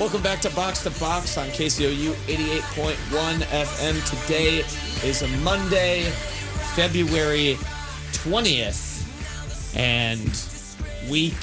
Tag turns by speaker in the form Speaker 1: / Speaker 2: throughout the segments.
Speaker 1: Welcome back to Box to Box on KCOU 88.1 FM. Today is a Monday, February 20th, and week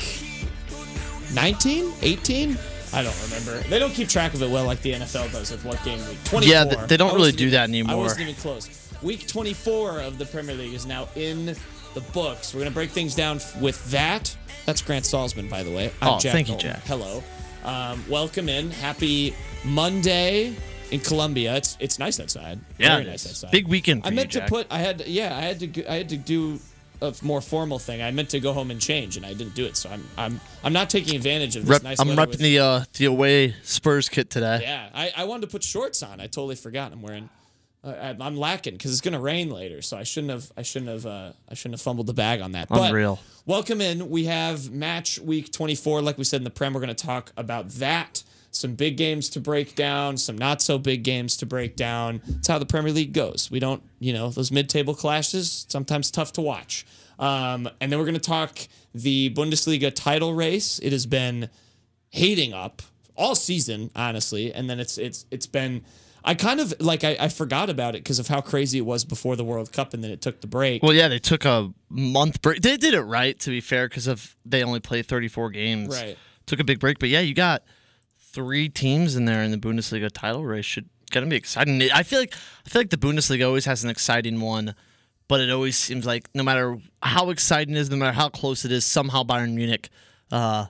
Speaker 1: 19, 18? I don't remember. They don't keep track of it well like the NFL does of what game week. 24.
Speaker 2: Yeah, they- they don't
Speaker 1: I
Speaker 2: really
Speaker 1: wasn't
Speaker 2: do
Speaker 1: even-
Speaker 2: that anymore.
Speaker 1: I wasn't even close. Week 24 of the Premier League is now in the books. We're going to break things down f- with that. That's Grant Salzman, by the way. I'm
Speaker 2: Oh,
Speaker 1: Jack
Speaker 2: thank you,
Speaker 1: Nolan.
Speaker 2: Jack.
Speaker 1: Hello. Um, welcome in. Happy Monday in Columbia. It's it's nice outside.
Speaker 2: Yeah,
Speaker 1: Very
Speaker 2: it
Speaker 1: nice
Speaker 2: is.
Speaker 1: outside.
Speaker 2: Big weekend for
Speaker 1: I
Speaker 2: you,
Speaker 1: meant
Speaker 2: Jack.
Speaker 1: to put. I had yeah. I had to. g- I had to do a f- more formal thing. I meant to go home and change, and I didn't do it. So I'm I'm I'm not taking advantage of this
Speaker 2: Rep,
Speaker 1: nice.
Speaker 2: I'm
Speaker 1: weather
Speaker 2: repping
Speaker 1: with-
Speaker 2: the uh, the away Spurs kit today.
Speaker 1: yeah, I, I wanted to put shorts on. I totally forgot. I'm wearing. I- I'm, I'm lacking because it's gonna rain later, so I shouldn't have. I shouldn't have. Uh, I shouldn't have fumbled the bag on that. But
Speaker 2: Unreal.
Speaker 1: Welcome in. We have match week 24. Like we said in the prem, we're gonna talk about that. Some big games to break down. Some not so big games to break down. It's how the Premier League goes. We don't. You know those mid-table clashes sometimes tough to watch. Um, and then we're gonna talk the Bundesliga title race. It has been hating up all season, honestly. And then it's it's it's been I kind of like I, I forgot about it because of how crazy it was before the World Cup, and then it took the break.
Speaker 2: Well, yeah, they took a month break. They did it right, to be fair, because of they only played 34 games.
Speaker 1: Right.
Speaker 2: Took a big break, but yeah, you got three teams in there in the Bundesliga title race. Should gonna be exciting. I feel like I feel like the Bundesliga always has an exciting one, but it always seems like no matter how exciting it is, no matter how close it is, somehow Bayern Munich uh,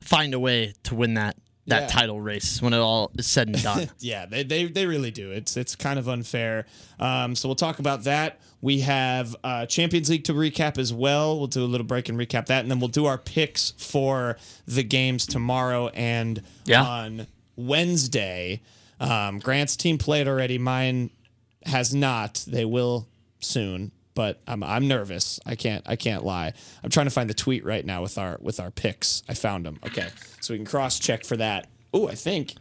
Speaker 2: find a way to win that that
Speaker 1: Yeah.
Speaker 2: title race when it all is said and done.
Speaker 1: yeah, they, they they really do. It's it's kind of unfair. Um, so we'll talk about that. We have uh, Champions League to recap as well. We'll do a little break and recap that, and then we'll do our picks for the games tomorrow and
Speaker 2: Yeah.
Speaker 1: on Wednesday. Um, Grant's team played already. Mine has not. They will soon, but I'm I'm nervous. I can't I can't lie. I'm trying to find the tweet right now with our with our picks. I found them. Okay, so we can cross check for that. Oh, I think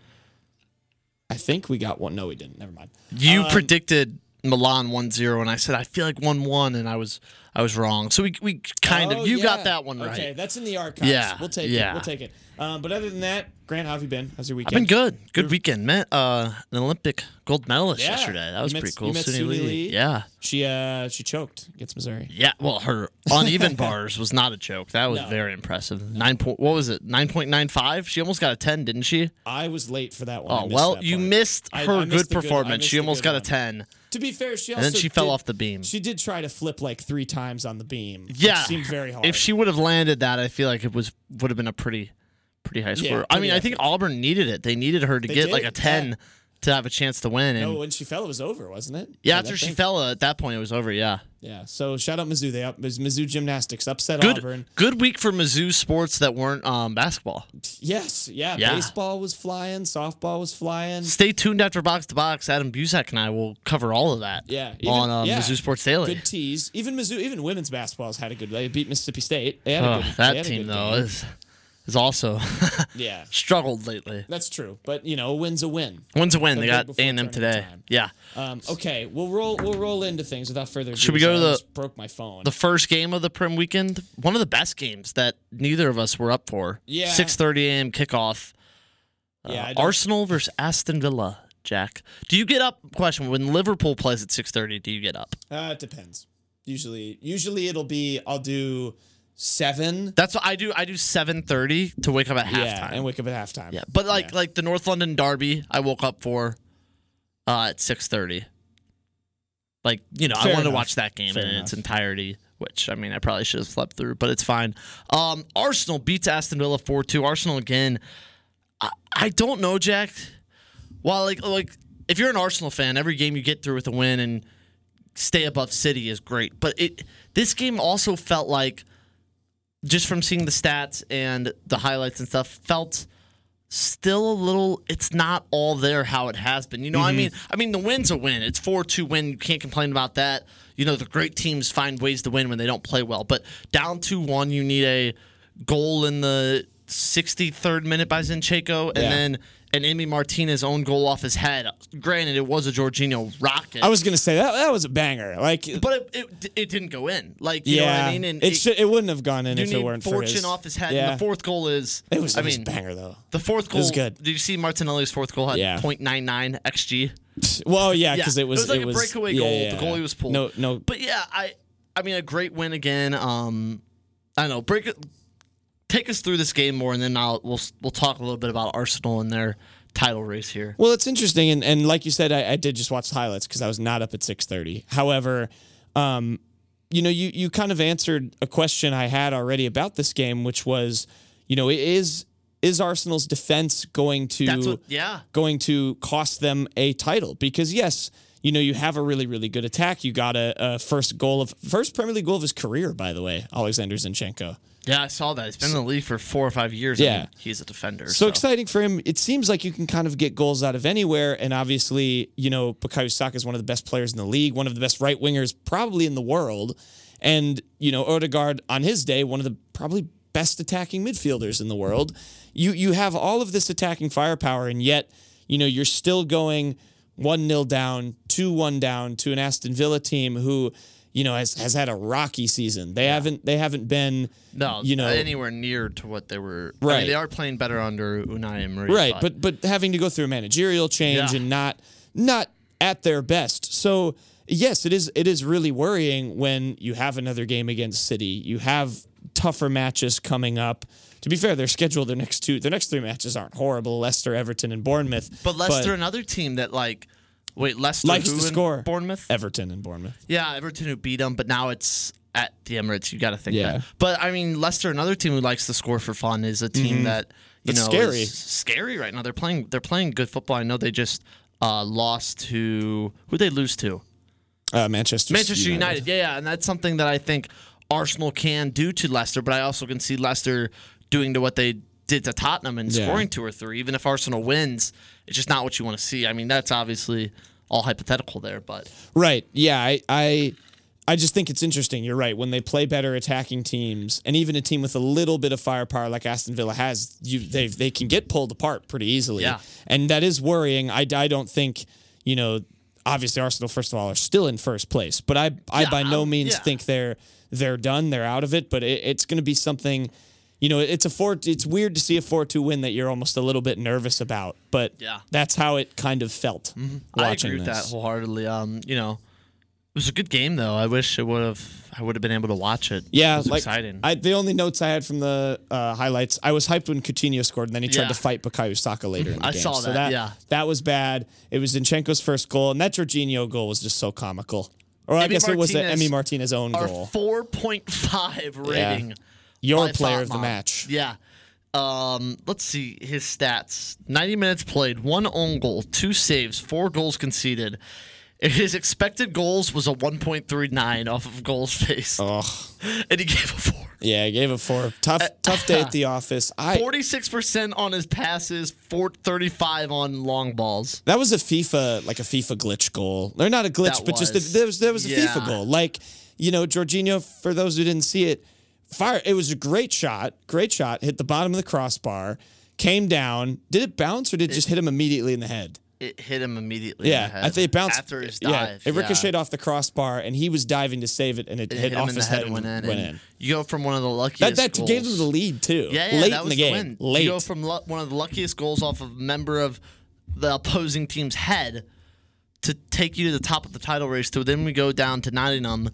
Speaker 1: I think we got one. No, we didn't. Never mind.
Speaker 2: You predicted Milan 1-0 and I said I feel like 1-1 and I was I was wrong. So we we kind
Speaker 1: Oh,
Speaker 2: of you
Speaker 1: yeah.
Speaker 2: got that one right.
Speaker 1: Okay, that's in the archives.
Speaker 2: Yeah,
Speaker 1: we'll take it.
Speaker 2: yeah.
Speaker 1: We'll take it. Um, but other than that, Grant, how have you been? How's your weekend?
Speaker 2: I've been good. Good weekend. Met uh, an Olympic gold medalist
Speaker 1: Yeah.
Speaker 2: yesterday. That
Speaker 1: You
Speaker 2: was
Speaker 1: met-
Speaker 2: pretty
Speaker 1: you
Speaker 2: cool.
Speaker 1: met
Speaker 2: Suni
Speaker 1: Suni
Speaker 2: Lee.
Speaker 1: Lee?
Speaker 2: Yeah.
Speaker 1: She uh she choked against Missouri.
Speaker 2: Yeah, well her uneven bars was not a joke. That was
Speaker 1: No.
Speaker 2: very impressive. 9 point what was it? 9.95. She almost got a 10, didn't she?
Speaker 1: I was late for that one. I
Speaker 2: Oh,
Speaker 1: missed
Speaker 2: well,
Speaker 1: that
Speaker 2: you
Speaker 1: part.
Speaker 2: missed
Speaker 1: I- I
Speaker 2: her
Speaker 1: missed
Speaker 2: good
Speaker 1: the good- I
Speaker 2: performance.
Speaker 1: missed
Speaker 2: she
Speaker 1: the
Speaker 2: almost
Speaker 1: good
Speaker 2: got a
Speaker 1: one.
Speaker 2: 10.
Speaker 1: To be fair, she also
Speaker 2: then she fell
Speaker 1: did-
Speaker 2: off the beam.
Speaker 1: She did try to flip like three times on the beam. which
Speaker 2: Yeah,
Speaker 1: seemed very hard.
Speaker 2: If she would have landed that, I feel like it was would have been a pretty, pretty high score. I
Speaker 1: pretty
Speaker 2: mean, I think Auburn needed it. They needed her to
Speaker 1: They
Speaker 2: get like
Speaker 1: did,
Speaker 2: a ten
Speaker 1: yeah.
Speaker 2: to have a chance to win. And
Speaker 1: no, when Oh, she fell, it was over, wasn't it?
Speaker 2: yeah,
Speaker 1: Like, I
Speaker 2: after she
Speaker 1: think-
Speaker 2: fell uh, at that point, it was over. Yeah,
Speaker 1: Yeah. So shout out Mizzou. They up Mizzou gymnastics upset
Speaker 2: good,
Speaker 1: Auburn.
Speaker 2: good week for Mizzou sports that weren't um, basketball.
Speaker 1: Yes. Yeah,
Speaker 2: Yeah.
Speaker 1: Baseball was flying. Softball was flying.
Speaker 2: Stay tuned after box to box. Adam Busack and I will cover all of that.
Speaker 1: Yeah, even-
Speaker 2: on um,
Speaker 1: yeah.
Speaker 2: Mizzou Sports Daily.
Speaker 1: Good tease. Even Mizzou, even women's basketball's had a good. They beat Mississippi State. They had a
Speaker 2: Ugh,
Speaker 1: good, they
Speaker 2: that
Speaker 1: had a
Speaker 2: team
Speaker 1: good
Speaker 2: though
Speaker 1: game.
Speaker 2: is is also
Speaker 1: yeah,
Speaker 2: struggled lately.
Speaker 1: that's true. But you know, a win's a win.
Speaker 2: When's a win? They
Speaker 1: big
Speaker 2: got
Speaker 1: before
Speaker 2: A and M
Speaker 1: tournament
Speaker 2: today.
Speaker 1: time.
Speaker 2: Yeah.
Speaker 1: Um, okay, we'll roll. We'll roll into things without further. Ado,
Speaker 2: Should we go
Speaker 1: so
Speaker 2: to
Speaker 1: I
Speaker 2: the-
Speaker 1: almost broke my phone?
Speaker 2: the first game of the prim weekend, one of the best games that neither of us were up for.
Speaker 1: Yeah.
Speaker 2: six thirty a.m. kickoff.
Speaker 1: yeah, I
Speaker 2: Uh,
Speaker 1: don't-
Speaker 2: Arsenal versus Aston Villa. Jack, do you get up? Question: When Liverpool plays at six thirty, do you get up?
Speaker 1: Uh, it depends. Usually, usually it'll be I'll do seven.
Speaker 2: That's what I do. I do seven thirty to wake up at
Speaker 1: Yeah,
Speaker 2: halftime.
Speaker 1: and wake up at halftime.
Speaker 2: yeah, but like
Speaker 1: Yeah.
Speaker 2: like the North London derby, I woke up for uh, at six thirty. Like you know, I
Speaker 1: Fair
Speaker 2: wanted to
Speaker 1: enough.
Speaker 2: watch that game
Speaker 1: Fair
Speaker 2: in
Speaker 1: enough.
Speaker 2: its entirety, which I mean, I probably should have slept through, but it's fine. Um, Arsenal beats Aston Villa four two. Arsenal again. I, I don't know, Jack. While like like if you're an Arsenal fan, every game you get through with a win and stay above City is great. But it this game also felt like just from seeing the stats and the highlights and stuff felt still a little it's not all there how it has been. You know, what I mean I mean the win's a win. It's 4-2 win. You can't complain about that. You know, the great teams find ways to win when they don't play well. But down 2-1, you need a goal in the 63rd minute by Zinchenko and
Speaker 1: Yeah.
Speaker 2: then an Emi Martinez own goal off his head. Granted, it was a Jorginho rocket.
Speaker 1: I was gonna say that that was a banger. Like,
Speaker 2: but it, it, it didn't go in. Like, you
Speaker 1: yeah,
Speaker 2: know what I mean? And
Speaker 1: it, should, it wouldn't have gone in
Speaker 2: you
Speaker 1: if it
Speaker 2: need
Speaker 1: weren't for
Speaker 2: fortune
Speaker 1: his,
Speaker 2: off his head.
Speaker 1: Yeah,
Speaker 2: And the fourth goal is
Speaker 1: it was.
Speaker 2: I
Speaker 1: it was
Speaker 2: mean,
Speaker 1: a banger though.
Speaker 2: the fourth goal
Speaker 1: was good.
Speaker 2: Did you see Martinelli's fourth goal had
Speaker 1: Yeah.
Speaker 2: 0.99 xg?
Speaker 1: Well, yeah, because it was
Speaker 2: like a breakaway
Speaker 1: yeah,
Speaker 2: goal.
Speaker 1: yeah,
Speaker 2: the
Speaker 1: yeah.
Speaker 2: goalie was pulled.
Speaker 1: No, no,
Speaker 2: but yeah, I I mean a great win again. Um, I don't know. Break take us through this game more, and then I'll we'll we'll talk a little bit about Arsenal and their title race here.
Speaker 1: Well, it's interesting, and, and like you said, I, I did just watch the highlights because I was not up at six thirty. However, um, you know, you you kind of answered a question I had already about this game, which was, you know, is is Arsenal's defense going to
Speaker 2: That's what. Yeah.
Speaker 1: going to cost them a title because yes you know you have a really really good attack you got a, a first goal of first premier league goal of his career by the way alexander zinchenko
Speaker 2: Yeah, I saw that. He's been in the league for four or five years.
Speaker 1: Yeah.
Speaker 2: I mean, he's a defender.
Speaker 1: so, exciting for him it seems like you can kind of get goals out of anywhere and obviously you know bukayo saka is one of the best players in the league one of the best right wingers probably in the world and you know odegaard on his day one of the probably best attacking midfielders in the world you you have all of this attacking firepower and yet you know you're still going 1 0 down, 2 1 down to an Aston Villa team who, you know, has, has had a rocky season. They haven't they haven't been
Speaker 2: No,
Speaker 1: you know
Speaker 2: anywhere near to what they were. I mean,
Speaker 1: Right.
Speaker 2: they are playing better under Unai Emery.
Speaker 1: right but but having to go through a managerial change
Speaker 2: Yeah.
Speaker 1: and not not at their best so yes it is it is really worrying when you have another game against city you have tougher matches coming up to be fair their schedule their next two their next three matches aren't horrible leicester everton and bournemouth
Speaker 2: but Leicester, another team that like, wait, Leicester
Speaker 1: Likes
Speaker 2: who
Speaker 1: to
Speaker 2: in
Speaker 1: score.
Speaker 2: Bournemouth.
Speaker 1: everton and bournemouth
Speaker 2: Yeah, Everton who beat them, but now it's at the Emirates. You got to think
Speaker 1: Yeah.
Speaker 2: that. But I mean, Leicester, another team who likes to score for fun, is a team that you
Speaker 1: Mm-hmm. It's
Speaker 2: know
Speaker 1: scary.
Speaker 2: is scary right now. They're playing. They're playing good football. I know they just uh, lost to who they lose to
Speaker 1: uh, manchester
Speaker 2: Manchester United. Yeah, yeah, and that's something that I think Arsenal can do to Leicester. But I also can see Leicester doing to what they did to Tottenham and
Speaker 1: Yeah.
Speaker 2: scoring two or three. Even if Arsenal wins, it's just not what you want to see. I mean, that's obviously all hypothetical there, but.
Speaker 1: Right. Yeah. I, I I just think it's interesting. You're right. When they play better attacking teams, and even a team with a little bit of firepower like Aston Villa has, you they they can get pulled apart pretty easily.
Speaker 2: Yeah.
Speaker 1: And that is worrying. I, I don't think you know. Obviously, Arsenal first of all are still in first place, but I I by no
Speaker 2: I'm-
Speaker 1: means
Speaker 2: yeah.
Speaker 1: think they're they're done. They're out of it. But it, it's going to be something. You know, it's a four. It's weird to see a four-two win that you're almost a little bit nervous about, but
Speaker 2: Yeah. Mm-hmm.
Speaker 1: that's how it kind of felt watching
Speaker 2: I agree with
Speaker 1: this.
Speaker 2: that wholeheartedly. Um, you know, it was a good game though. I wish it would have. I would have been able to watch it.
Speaker 1: Yeah,
Speaker 2: it was
Speaker 1: like
Speaker 2: exciting.
Speaker 1: I, the only notes I had from the uh, highlights, I was hyped when Coutinho scored, and then he tried
Speaker 2: Yeah. Mm-hmm.
Speaker 1: to fight Bukayo Saka later. In the
Speaker 2: I
Speaker 1: game.
Speaker 2: saw
Speaker 1: So
Speaker 2: that,
Speaker 1: that
Speaker 2: yeah.
Speaker 1: that was bad. It was Zinchenko's first goal, and that Jorginho goal was just so comical. Or I
Speaker 2: Emi
Speaker 1: guess it was the
Speaker 2: Martinez-
Speaker 1: Emmy Martinez own
Speaker 2: Our
Speaker 1: goal.
Speaker 2: four point five rating.
Speaker 1: Your
Speaker 2: by
Speaker 1: player of the
Speaker 2: Tottenham.
Speaker 1: match.
Speaker 2: Yeah. Um, let's see his stats. 90 minutes played, one own goal, two saves, four goals conceded. His expected goals was a 1.39 off of goals face,
Speaker 1: Oh,
Speaker 2: and he gave a four.
Speaker 1: yeah, I gave it four. Tough, tough day at the office. I
Speaker 2: 46% on his passes, four, 35 on long balls.
Speaker 1: That was a FIFA like a FIFA glitch goal. Or not a glitch,
Speaker 2: That
Speaker 1: but just
Speaker 2: was.
Speaker 1: a, there was there was a
Speaker 2: Yeah.
Speaker 1: FIFA goal. Like you know, Jorginho, for those who didn't see it, fire. It was a great shot. Great shot. Hit the bottom of the crossbar. Came down. Did it bounce or did it just hit him immediately in the head?
Speaker 2: It hit him immediately. in
Speaker 1: Yeah,
Speaker 2: the
Speaker 1: I
Speaker 2: head
Speaker 1: think it bounced
Speaker 2: after his
Speaker 1: yeah,
Speaker 2: dive.
Speaker 1: it ricocheted off the crossbar, and he was diving to save it, and it,
Speaker 2: It
Speaker 1: hit,
Speaker 2: hit
Speaker 1: off
Speaker 2: him in the
Speaker 1: his
Speaker 2: head,
Speaker 1: and
Speaker 2: and went in.
Speaker 1: Went
Speaker 2: and
Speaker 1: in.
Speaker 2: You go from one of the
Speaker 1: That
Speaker 2: luckiest.
Speaker 1: that
Speaker 2: goals.
Speaker 1: gave them the lead too.
Speaker 2: Yeah, yeah,
Speaker 1: late
Speaker 2: that
Speaker 1: in
Speaker 2: was
Speaker 1: the game.
Speaker 2: win.
Speaker 1: Late.
Speaker 2: You go from lu- one of the luckiest goals off of a member of the opposing team's head to take you to the top of the title race. To then we go down to Nottingham,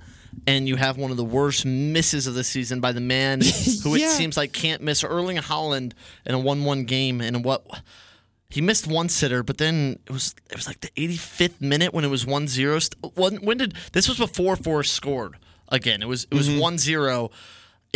Speaker 2: and you have one of the worst misses of the season by the man who it
Speaker 1: Yeah.
Speaker 2: seems like can't miss Erling Holland in a one-one game. And what he missed one sitter, but then it was it was like the 85th minute when it was 1-0. St- When, when did this was before Forrest scored again? It was it
Speaker 1: Mm-hmm.
Speaker 2: was one zero.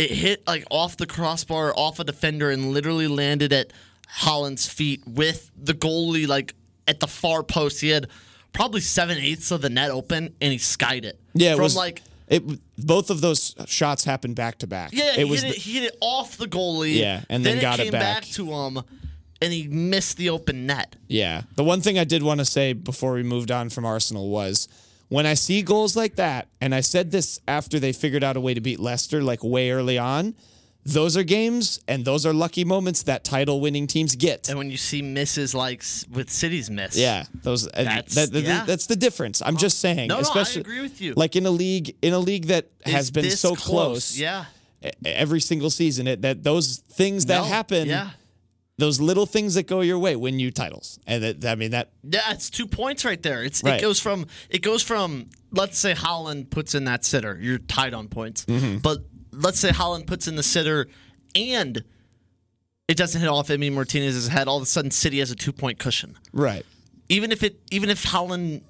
Speaker 2: 1-0. It hit like off the crossbar, off a defender, and literally landed at Holland's feet with the goalie like at the far post. He had probably seven eighths of the net open, and he skied it.
Speaker 1: yeah, it
Speaker 2: from
Speaker 1: was
Speaker 2: like
Speaker 1: it. Both of those shots happened back to back.
Speaker 2: yeah,
Speaker 1: it
Speaker 2: he
Speaker 1: was
Speaker 2: hit
Speaker 1: the-
Speaker 2: it, he hit it off the goalie.
Speaker 1: Yeah, and then
Speaker 2: it
Speaker 1: got it
Speaker 2: came
Speaker 1: back.
Speaker 2: to him, and he missed the open net.
Speaker 1: Yeah. The one thing I did want to say before we moved on from Arsenal was when I see goals like that, and I said this after they figured out a way to beat Leicester, like way early on, those are games and those are lucky moments that title winning teams get.
Speaker 2: And when you see misses like s- with City's miss,
Speaker 1: Yeah, those. and
Speaker 2: That's-
Speaker 1: that- that-
Speaker 2: yeah.
Speaker 1: that's the difference. I'm just saying,
Speaker 2: No, no, I
Speaker 1: especially
Speaker 2: agree with you.
Speaker 1: Like in a league, in a league that
Speaker 2: It's
Speaker 1: has been
Speaker 2: this
Speaker 1: so close,
Speaker 2: Yeah,
Speaker 1: e- every single season, it, that those things that
Speaker 2: No,
Speaker 1: happen,
Speaker 2: Yeah,
Speaker 1: those little things that go your way, win you titles. And that, I mean that
Speaker 2: Yeah, it's two points right there. It's
Speaker 1: Right.
Speaker 2: it goes from it goes from let's say Holland puts in that sitter, you're tied on points.
Speaker 1: Mm-hmm.
Speaker 2: But let's say Holland puts in the sitter and it doesn't hit off Emmy Martinez's head. All of a sudden, City has a two point cushion.
Speaker 1: right.
Speaker 2: Even if it even if Holland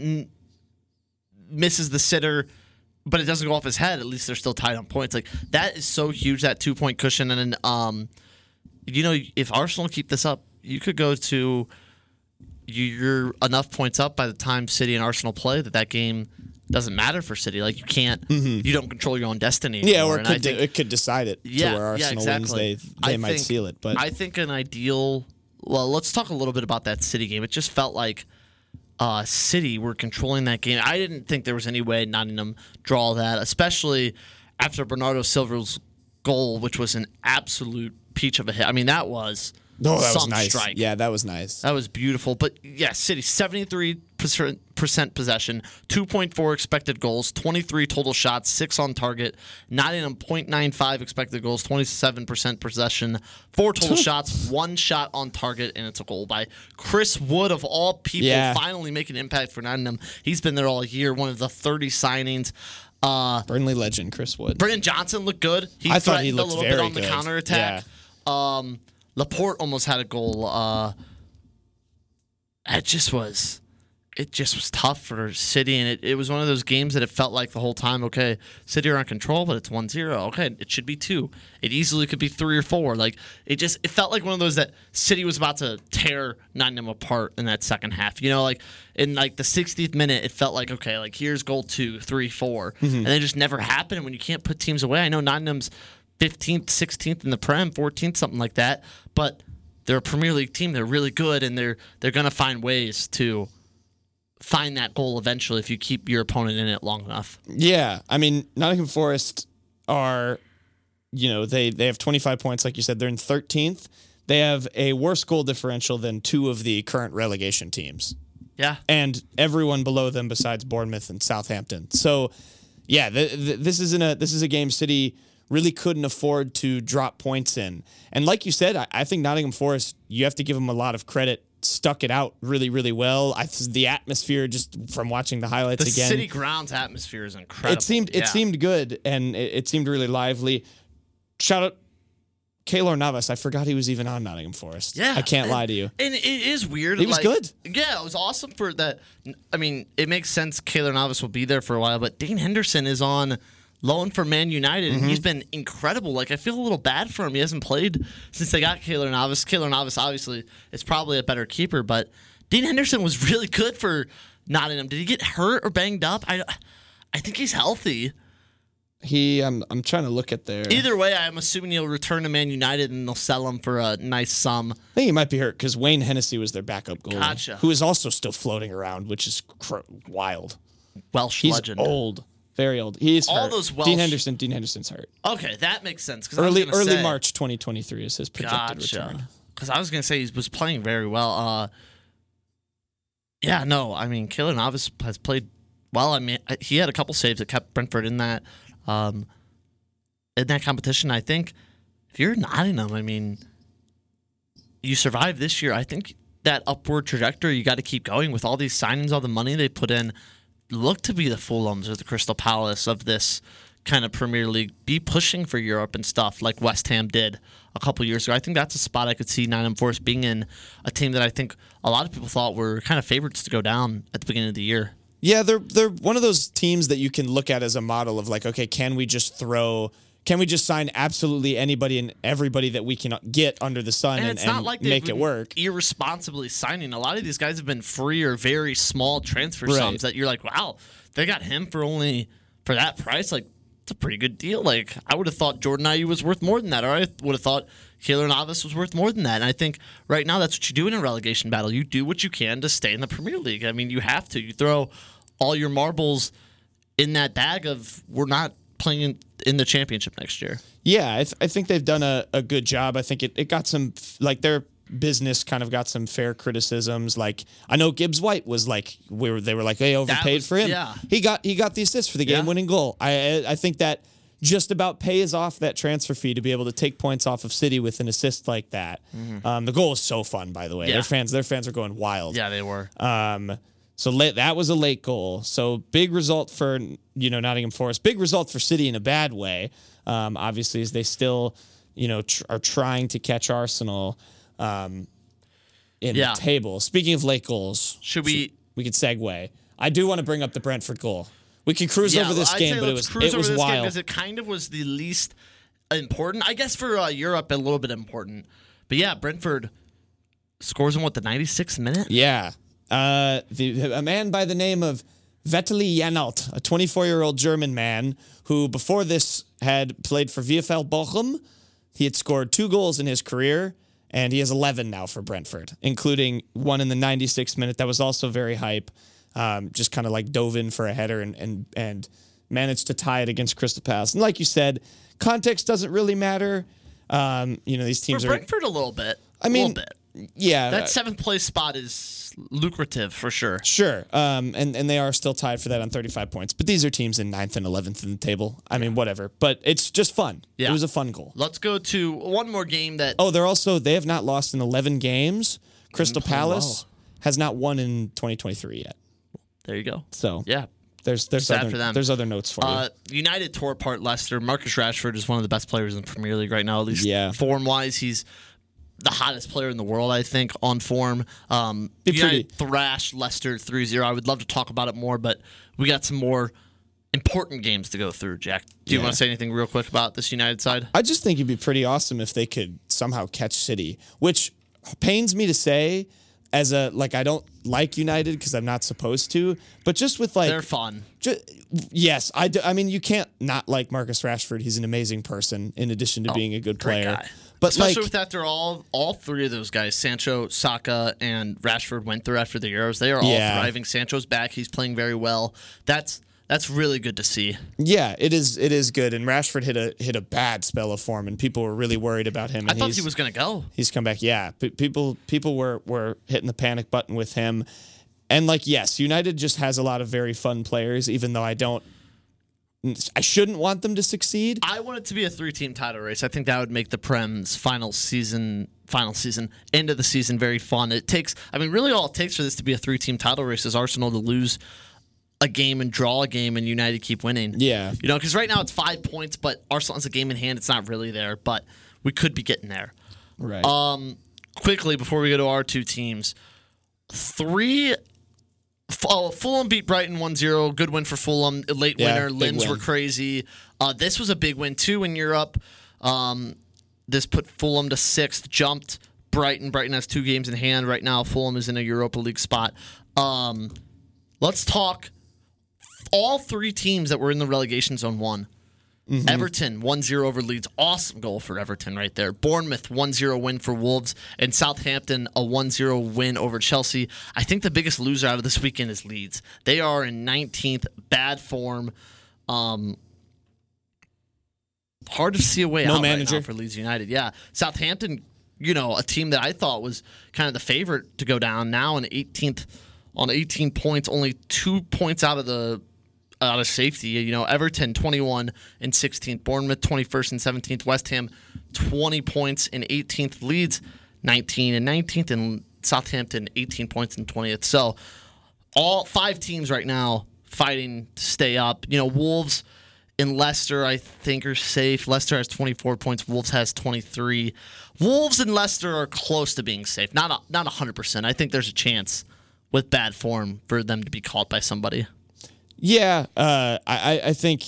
Speaker 2: n- misses the sitter, but it doesn't go off his head, at least they're still tied on points. Like that is so huge that two point cushion. And then, um, you know, if Arsenal keep this up, you could go to you- you're enough points up by the time City and Arsenal play that that game doesn't matter for City. Like you can't, you don't control your own destiny.
Speaker 1: Mm-hmm. Yeah,
Speaker 2: anymore.
Speaker 1: or it
Speaker 2: And I
Speaker 1: could de-
Speaker 2: think-
Speaker 1: it could decide it
Speaker 2: yeah,
Speaker 1: to where
Speaker 2: yeah,
Speaker 1: Arsenal
Speaker 2: exactly.
Speaker 1: wins. They they
Speaker 2: I
Speaker 1: might
Speaker 2: think-
Speaker 1: seal it, but
Speaker 2: I think an ideal. Well, let's talk a little bit about that City game. It just felt like uh, City were controlling that game. I didn't think there was any way Nottingham draw that, especially after Bernardo Silva's goal, which was an absolute peach of a hit. I mean, that was
Speaker 1: no, that was
Speaker 2: some
Speaker 1: nice.
Speaker 2: strike.
Speaker 1: Yeah, that was nice.
Speaker 2: That was beautiful. But yeah, City, 73% possession, 2.4 expected goals, 23 total shots, 6 on target, Nottingham 0.95 expected goals, 27% possession, 4 total shots, 1 shot on target, and it's a goal by Chris Wood, of all people,
Speaker 1: Yeah.
Speaker 2: finally making an impact for Nottingham. He's been there all year, one of the 30 signings. Uh,
Speaker 1: Burnley legend Chris Wood.
Speaker 2: Brendan Johnson looked good. He
Speaker 1: I thought
Speaker 2: threatened
Speaker 1: he
Speaker 2: a
Speaker 1: looked
Speaker 2: little bit
Speaker 1: very
Speaker 2: on the
Speaker 1: good.
Speaker 2: counterattack. Um, Laporte almost had a goal. Uh, it just was, it just was tough for City, and it, it was one of those games that it felt like the whole time. Okay, City are on control, but it's 1-0. Okay, it should be two. It easily could be three or four. Like it just, it felt like one of those that City was about to tear Nottingham apart in that second half. You know, like in like the 60th minute, it felt like okay, like here's goal two, three, four. and they just never happened. When you can't put teams away, I know Nottingham's 15th, 16th in the Prem, 14th, something like that. But they're a Premier League team. They're really good, and they're they're gonna find ways to find that goal eventually if you keep your opponent in it long enough.
Speaker 1: Yeah, I mean Nottingham Forest are, you know, they they have 25 points, like you said. They're in 13th. They have a worse goal differential than two of the current relegation teams,
Speaker 2: Yeah,
Speaker 1: and everyone below them besides Bournemouth and Southampton. So, yeah, th- th- this isn't a this is a game City really couldn't afford to drop points in. And like you said, I, I think Nottingham Forest, you have to give them a lot of credit. Stuck it out really, really well. I the atmosphere just from watching the highlights
Speaker 2: the
Speaker 1: again.
Speaker 2: city grounds atmosphere is incredible.
Speaker 1: It seemed
Speaker 2: Yeah.
Speaker 1: it seemed good and it, it seemed really lively. Shout out Kaylor Navas. I forgot he was even on Nottingham Forest.
Speaker 2: Yeah,
Speaker 1: I can't
Speaker 2: and-
Speaker 1: lie to you.
Speaker 2: And it is weird.
Speaker 1: He was
Speaker 2: like-
Speaker 1: good.
Speaker 2: Yeah, it was awesome for that. I mean, it makes sense. Kaylor Navis will be there for a while, but Dean Henderson is on loan for Man United, and he's
Speaker 1: Mm-hmm.
Speaker 2: been incredible. Like I feel a little bad for him. He hasn't played since they got Kaylor Navis. Kaylor Navis obviously is probably a better keeper, but Dean Henderson was really good for Nottingham. Did he get hurt or banged up? I, I think he's healthy.
Speaker 1: He I'm I'm trying to look at their I
Speaker 2: Either way, I'm assuming he'll return to Man United and they'll sell him for a nice sum.
Speaker 1: think he might be hurt because Wayne Hennessy was their backup goalie,
Speaker 2: Gotcha.
Speaker 1: who is also still floating around, which is cr- wild.
Speaker 2: Welsh
Speaker 1: He's
Speaker 2: legend.
Speaker 1: old, very old. He is
Speaker 2: All
Speaker 1: hurt.
Speaker 2: those Welsh-
Speaker 1: Dean Henderson. Dean Henderson's hurt.
Speaker 2: Okay, that makes sense. 'cause I was
Speaker 1: Early
Speaker 2: gonna
Speaker 1: early
Speaker 2: say-
Speaker 1: March 2023 is his projected return.
Speaker 2: Gotcha. Because I was gonna say he was playing very well. Uh, yeah, no, I mean, Killer Navis has played well. I mean, I- he had a couple saves that kept Brentford in that um, in that competition. I think if you're Nottingham, I mean, you survived this year. I think that upward trajectory you got to keep going with all these signings, all the money they put in. Look to be the Fulhams or the Crystal Palace of this kind of Premier League. Be pushing for Europe and stuff like West Ham did a couple years ago. I think that's a spot I could see Nottingham Forest being in, a team that I think a lot of people thought were kind of favorites to go down at the beginning of the year.
Speaker 1: Yeah, they're they're one of those teams that you can look at as a model of like, okay, can we just throw? Can we just sign absolutely anybody and everybody that we can get under the sun and,
Speaker 2: And, it's not
Speaker 1: and
Speaker 2: like they've
Speaker 1: make it
Speaker 2: been
Speaker 1: work?
Speaker 2: Irresponsibly signing a lot of these guys have been free or very small transfer
Speaker 1: Right.
Speaker 2: sums that you're like, wow, they got him for only for that price. Like it's a pretty good deal. Like I would have thought Jordan IU was worth more than that, or I would have thought Kaylor Navis was worth more than that. And I think right now that's what you do in a relegation battle. You do what you can to stay in the Premier League. I mean, you have to. You throw all your marbles in that bag of we're not playing in the championship next year.
Speaker 1: Yeah, I, th- I think they've done a, a good job. I think it, it got some, like, their business kind of got some fair criticisms. Like, I know Gibbs White was like, we were, they were like, they overpaid
Speaker 2: was-
Speaker 1: for him.
Speaker 2: yeah.
Speaker 1: He got he got the assist for the
Speaker 2: Yeah.
Speaker 1: game winning goal. I, I I think that just about pays off that transfer fee to be able to take points off of City with an assist like that. Um, the goal is so fun, by the way.
Speaker 2: Mm-hmm. Yeah.
Speaker 1: Their fans their fans are going wild.
Speaker 2: Yeah, they were.
Speaker 1: Um, so late, that was a late goal. So big result for you know Nottingham Forest. Big result for City in a bad way. Um, obviously, as they still you know tr- are trying to catch Arsenal um, in
Speaker 2: Yeah.
Speaker 1: the table. Speaking of late goals,
Speaker 2: Should we-
Speaker 1: We could segue. I do want to bring up the Brentford goal. We could cruise over this
Speaker 2: I'd
Speaker 1: game,
Speaker 2: say
Speaker 1: but it
Speaker 2: let's
Speaker 1: was
Speaker 2: cruise
Speaker 1: it was
Speaker 2: over this game
Speaker 1: wild.
Speaker 2: because it kind of was the least important. I guess for uh, Europe, a little bit important. But yeah, Brentford scores in what the 96th minute.
Speaker 1: Yeah. Uh, the, a man by the name of Vettel Janalt, a 24 year old German man who before this had played for VfL Bochum. He had scored two goals in his career, and he has 11 now for Brentford, including one in the 96th minute. That was also very hype. Um, just kind of like dove in for a header and, and, and managed to tie it against Crystal Palace. And like you said, context doesn't really matter. Um, you know, these
Speaker 2: For
Speaker 1: teams are.
Speaker 2: Brentford, a little bit.
Speaker 1: I mean,
Speaker 2: a little bit.
Speaker 1: Yeah.
Speaker 2: That seventh place spot is lucrative for sure.
Speaker 1: Sure. Um, and, and they are still tied for that on 35 points. But these are teams in ninth and 11th in the table. I mean, whatever. But it's just fun.
Speaker 2: Yeah.
Speaker 1: It was a fun goal.
Speaker 2: Let's go to one more game that
Speaker 1: Oh, they're also, they have not lost in 11 games. Crystal Palace has not won in 2023 yet.
Speaker 2: There you go.
Speaker 1: So
Speaker 2: Yeah.
Speaker 1: there's, there's,
Speaker 2: Sad
Speaker 1: other,
Speaker 2: for them.
Speaker 1: there's other notes for you.
Speaker 2: Uh, United tore apart Leicester. Marcus Rashford is one of the best players in the Premier League right now, at least
Speaker 1: Yeah.
Speaker 2: form wise. He's the hottest player in the world, I think, on form. Um,
Speaker 1: Be
Speaker 2: United thrashed Leicester 3 0. I would love to talk about it more, but we got some more important games to go through, Jack. Do you
Speaker 1: Yeah.
Speaker 2: want to say anything real quick about this United side?
Speaker 1: I just think it'd be pretty awesome if they could somehow catch City, which pains me to say as a, like, I don't like United because I'm not supposed to, but just with like.
Speaker 2: They're fun.
Speaker 1: Ju- yes, I do. I mean, you can't not like Marcus Rashford. He's an amazing person in addition to being a good
Speaker 2: Oh, great
Speaker 1: player.
Speaker 2: guy.
Speaker 1: But
Speaker 2: Especially
Speaker 1: like,
Speaker 2: with after all, all three of those guys, Sancho, Saka, and Rashford went through after the Euros. They are all
Speaker 1: Yeah.
Speaker 2: thriving. Sancho's back; he's playing very well. That's that's really good to see.
Speaker 1: yeah, it is. It is good. And Rashford hit a hit a bad spell of form, and people were really worried about him. And
Speaker 2: I thought he
Speaker 1: he's-
Speaker 2: was going to go.
Speaker 1: He's come back. Yeah, P- people people were were hitting the panic button with him, and like yes, United just has a lot of very fun players. Even though I don't, I shouldn't want them to succeed.
Speaker 2: I want it to be a three-team title race. I think that would make the Prem's final season, final season, end of the season very fun. It takes, I mean, really all it takes for this to be a three-team title race is Arsenal to lose a game and draw a game, and United keep winning.
Speaker 1: Yeah.
Speaker 2: you know, because right now it's five points, but Arsenal has a game in hand. It's not really there, but we could be getting there.
Speaker 1: Right.
Speaker 2: Um, quickly before we go to our two teams, three. F- Oh, Fulham beat Brighton 1-0. Good win for Fulham. Late
Speaker 1: Yeah,
Speaker 2: winner.
Speaker 1: big
Speaker 2: Limbs
Speaker 1: win.
Speaker 2: were crazy. Uh, this was a big win too in Europe. Um, this put Fulham to sixth. Jumped Brighton. Brighton has two games in hand right now. Fulham is in a Europa League spot. Um, let's talk all three teams that were in the relegation zone one. Everton 1-0 over Leeds. Awesome goal for Everton right there. Bournemouth 1-0 win for Wolves and Southampton a 1-0 win over Chelsea. I think the biggest loser out of this weekend is Leeds. They are in 19th, bad form. Um hard to see a way
Speaker 1: No
Speaker 2: out right now
Speaker 1: manager.
Speaker 2: for Leeds United. Yeah. Southampton, you know, a team that I thought was kind of the favorite to go down now in 18th on 18 points, only 2 points out of the out of safety. You know, Everton 21 and 16th, Bournemouth 21st and 17th, West Ham 20 points and 18th, Leeds 19 and 19th, and Southampton 18 points and 20th. So all five teams right now fighting to stay up. You know, Wolves and Leicester, I think, are safe. Leicester has 24 points. Wolves has 23. Wolves and Leicester are close to being safe. Not a, not 100%. I think there's a chance with bad form for them to be caught by somebody.
Speaker 1: Yeah, uh, I I- I think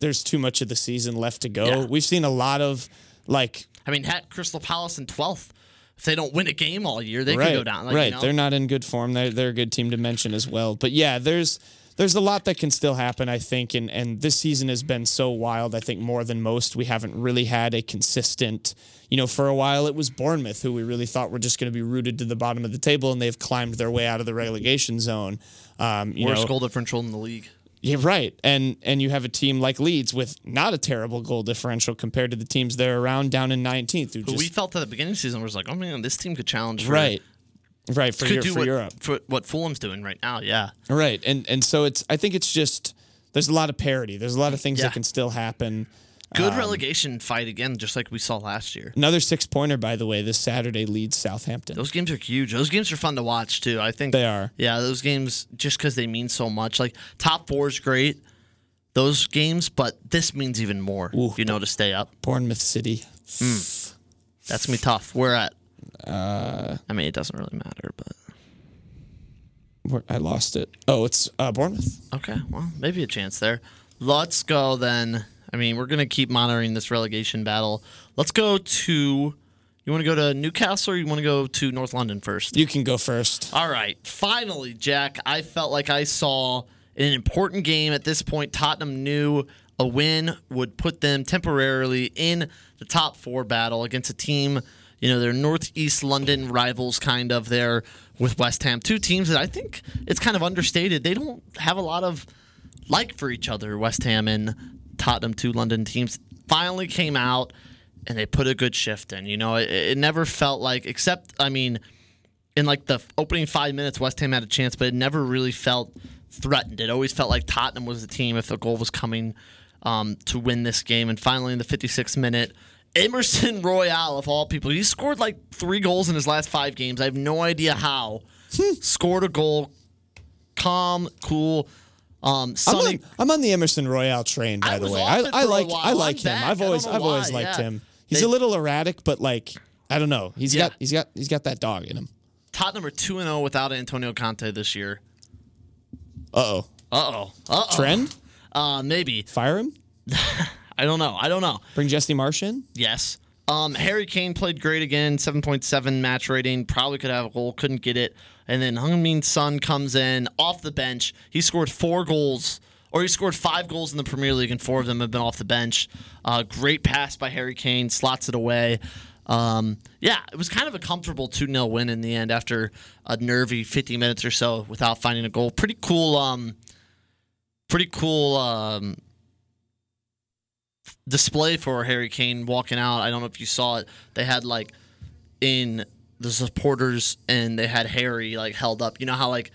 Speaker 1: there's too much of the season left to go.
Speaker 2: Yeah.
Speaker 1: We've seen a lot of like
Speaker 2: I mean, heck, Crystal Palace in 12th. If they don't win a game all year, they
Speaker 1: right,
Speaker 2: could go down. Like,
Speaker 1: right.
Speaker 2: You know?
Speaker 1: They're not in good form. They're they're a good team to mention as well. But yeah, there's there's a lot that can still happen, I think, and and this season has been so wild. I think more than most, we haven't really had a consistent. You know, for a while it was Bournemouth who we really thought were just going to be rooted to the bottom of the table, and they've climbed their way out of the relegation zone. Um, you
Speaker 2: Worst
Speaker 1: know,
Speaker 2: goal differential in the league.
Speaker 1: yeah, right. And and you have a team like Leeds with not a terrible goal differential compared to the teams they're around down in 19th who
Speaker 2: But we
Speaker 1: just
Speaker 2: felt at the beginning of the season, we was like, oh man, this team could challenge. For,
Speaker 1: right. Right for,
Speaker 2: Could
Speaker 1: Eu-
Speaker 2: do
Speaker 1: for
Speaker 2: what,
Speaker 1: Europe.
Speaker 2: For what Fulham's doing right now. Yeah.
Speaker 1: Right. And and so it's I think it's just there's a lot of parity. There's a lot of things
Speaker 2: Yeah.
Speaker 1: that can still happen.
Speaker 2: Good
Speaker 1: Um,
Speaker 2: relegation fight again, just like we saw last year.
Speaker 1: Another six pointer, by the way, this Saturday leads Southampton.
Speaker 2: Those games are huge. Those games are fun to watch too. I think
Speaker 1: They are.
Speaker 2: Yeah, those games just because they mean so much. Like top four is great. Those games, but this means even more. You know, to stay up,
Speaker 1: Bournemouth City.
Speaker 2: that's gonna be tough. We're at.
Speaker 1: Uh,
Speaker 2: I mean, it doesn't really matter, but
Speaker 1: Where- I lost it. Oh, it's uh, Bournemouth.
Speaker 2: okay. Well, maybe a chance there. Let's go then. I mean, we're gonna keep monitoring this relegation battle. Let's go to. You want to go to Newcastle or you want to go to North London first?
Speaker 1: You can go first.
Speaker 2: All right. Finally, Jack, I felt like I saw an important game at this point. Tottenham knew a win would put them temporarily in the top four battle against a team, you know, their Northeast London rivals, kind of there with West Ham. Two teams that I think it's kind of understated. They don't have a lot of like for each other, West Ham and Tottenham, two London teams, finally came out and they put a good shift in. You know, it, it never felt like, except, I mean, in like the opening five minutes, West Ham had a chance, but it never really felt threatened. It always felt like Tottenham was the team if the goal was coming um, to win this game. And finally, in the 56th minute, Emerson Royale, of all people, he scored like three goals in his last five games. I have no idea how. scored a goal, calm, cool. Um,
Speaker 1: I'm
Speaker 2: sunny,
Speaker 1: on, I'm on the Emerson Royale train, by
Speaker 2: I
Speaker 1: the
Speaker 2: was
Speaker 1: way.
Speaker 2: off
Speaker 1: I,
Speaker 2: it
Speaker 1: I
Speaker 2: for a
Speaker 1: like
Speaker 2: while.
Speaker 1: I like
Speaker 2: I'm
Speaker 1: him.
Speaker 2: back.
Speaker 1: I've
Speaker 2: I don't
Speaker 1: always
Speaker 2: know
Speaker 1: I've always
Speaker 2: why.
Speaker 1: liked
Speaker 2: Yeah.
Speaker 1: him. He's
Speaker 2: They-
Speaker 1: a little erratic, but like I don't know. He's
Speaker 2: Yeah.
Speaker 1: got he's got he's got that dog in him.
Speaker 2: Tottenham are 2 0 without Antonio Conte this year.
Speaker 1: Uh oh.
Speaker 2: Uh oh. Uh oh.
Speaker 1: Trend?
Speaker 2: Uh, maybe.
Speaker 1: Fire him?
Speaker 2: I don't know. I don't know.
Speaker 1: Bring Jesse Marsh in?
Speaker 2: Yes. Um, Harry Kane played great again, 7.7 match rating. Probably could have a goal, couldn't get it. And then Heung-Min Son comes in off the bench. He scored four goals, or he scored five goals in the Premier League, and four of them have been off the bench. Uh, great pass by Harry Kane, slots it away. Um, yeah, it was kind of a comfortable 2 0 win in the end after a nervy 50 minutes or so without finding a goal. Pretty cool. Um, pretty cool um, display for Harry Kane walking out. I don't know if you saw it. They had like in the supporters and they had Harry like held up. You know how like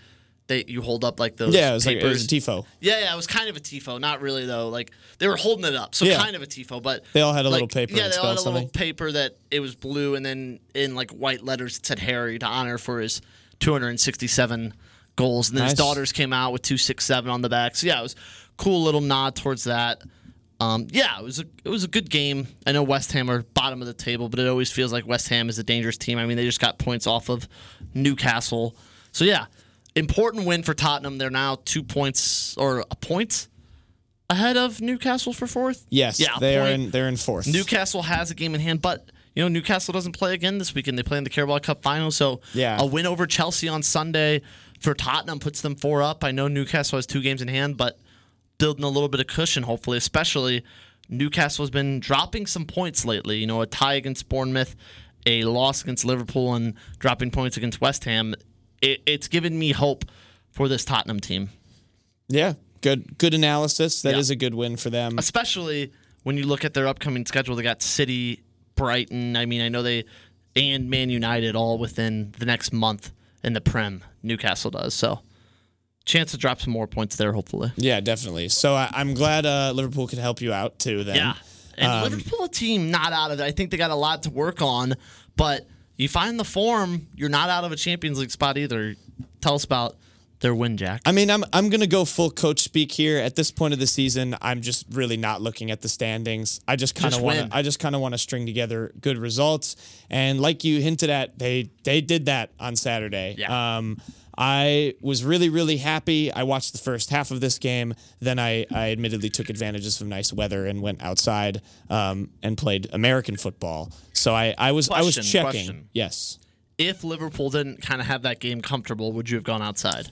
Speaker 2: they you hold up like those
Speaker 1: Yeah, it was like
Speaker 2: papers.
Speaker 1: it was a tifo.
Speaker 2: yeah, yeah, it was kind of a tifo. Not really though. Like they were holding it up, so
Speaker 1: Yeah.
Speaker 2: kind of a tifo. But
Speaker 1: They all had a
Speaker 2: like,
Speaker 1: little paper
Speaker 2: Yeah,
Speaker 1: that
Speaker 2: they all had a
Speaker 1: spelled something.
Speaker 2: little paper that it was blue, and then in like white letters it said Harry to honor for his 267 goals. And then
Speaker 1: Nice.
Speaker 2: his daughters came out with 267 on the back. So yeah, it was a cool little nod towards that. Um, yeah, it was a it was a good game. I know West Ham are bottom of the table, but it always feels like West Ham is a dangerous team. I mean, they just got points off of Newcastle. So yeah, important win for Tottenham. They're now two points or a point ahead of Newcastle for fourth.
Speaker 1: Yes,
Speaker 2: yeah, a
Speaker 1: they are
Speaker 2: point.
Speaker 1: in they're in fourth.
Speaker 2: Newcastle has a game in hand, but you know Newcastle doesn't play again this weekend. They play in the Carabao Cup final, so
Speaker 1: Yeah.
Speaker 2: a win over Chelsea on Sunday for Tottenham puts them four up. I know Newcastle has two games in hand, but building a little bit of cushion, hopefully, especially Newcastle has been dropping some points lately. You know, a tie against Bournemouth, a loss against Liverpool, and dropping points against West Ham. It, it's given me hope for this Tottenham team.
Speaker 1: yeah. Good good analysis. That is
Speaker 2: Yeah.
Speaker 1: a good win for them.
Speaker 2: especially when you look at their upcoming schedule. They got City, Brighton. I mean, I know they and Man United all within the next month in the Prem. Newcastle does so. Chance to drop some more points there, hopefully.
Speaker 1: Yeah, definitely. So I, I'm glad uh, Liverpool could help you out too. Then
Speaker 2: Yeah, and Liverpool a team not out of it. I think they got a lot to work on, but you find the form. You're not out of a Champions League spot either. Tell us about their win, Jack.
Speaker 1: I mean, I'm I'm gonna go full coach speak here. At this point of the season, I'm just really not looking at the standings. I just kind of
Speaker 2: Just
Speaker 1: want to.
Speaker 2: win.
Speaker 1: I just kind of want to string together good results. And like you hinted at, they they did that on Saturday.
Speaker 2: Yeah.
Speaker 1: Um, I was really really happy. I watched the first half of this game. Then I I admittedly took advantage of some nice weather and went outside um, and played American football. So I I was I was
Speaker 2: Question,
Speaker 1: checking.
Speaker 2: question.
Speaker 1: Yes.
Speaker 2: If Liverpool didn't kind of have that game comfortable, would you have gone outside?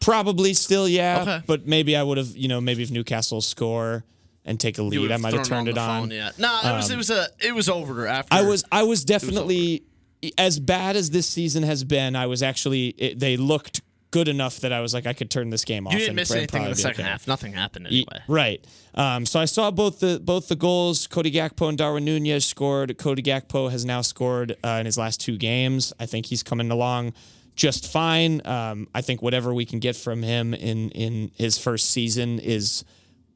Speaker 1: Probably still, yeah.
Speaker 2: Okay.
Speaker 1: But maybe I would have, you know, maybe if Newcastle score and take a
Speaker 2: You
Speaker 1: lead, I
Speaker 2: would've
Speaker 1: might have
Speaker 2: thrown
Speaker 1: turned it
Speaker 2: the
Speaker 1: on. Um,
Speaker 2: phone, Yeah. No, it was it was a it was over after.
Speaker 1: I was I was definitely as bad as this season has been. I was actually it, they looked good enough that I was like I could turn this game off.
Speaker 2: You didn't
Speaker 1: and
Speaker 2: miss
Speaker 1: pr-
Speaker 2: anything in
Speaker 1: probably
Speaker 2: the
Speaker 1: be
Speaker 2: second
Speaker 1: okay.
Speaker 2: half. Nothing happened
Speaker 1: Y-
Speaker 2: anyway.
Speaker 1: Right. Um, so I saw both the both the goals. Cody Gakpo and Darwin Nunez scored. Cody Gakpo has now scored uh, in his last two games. I think he's coming along just fine. Um, I think whatever we can get from him in in his first season is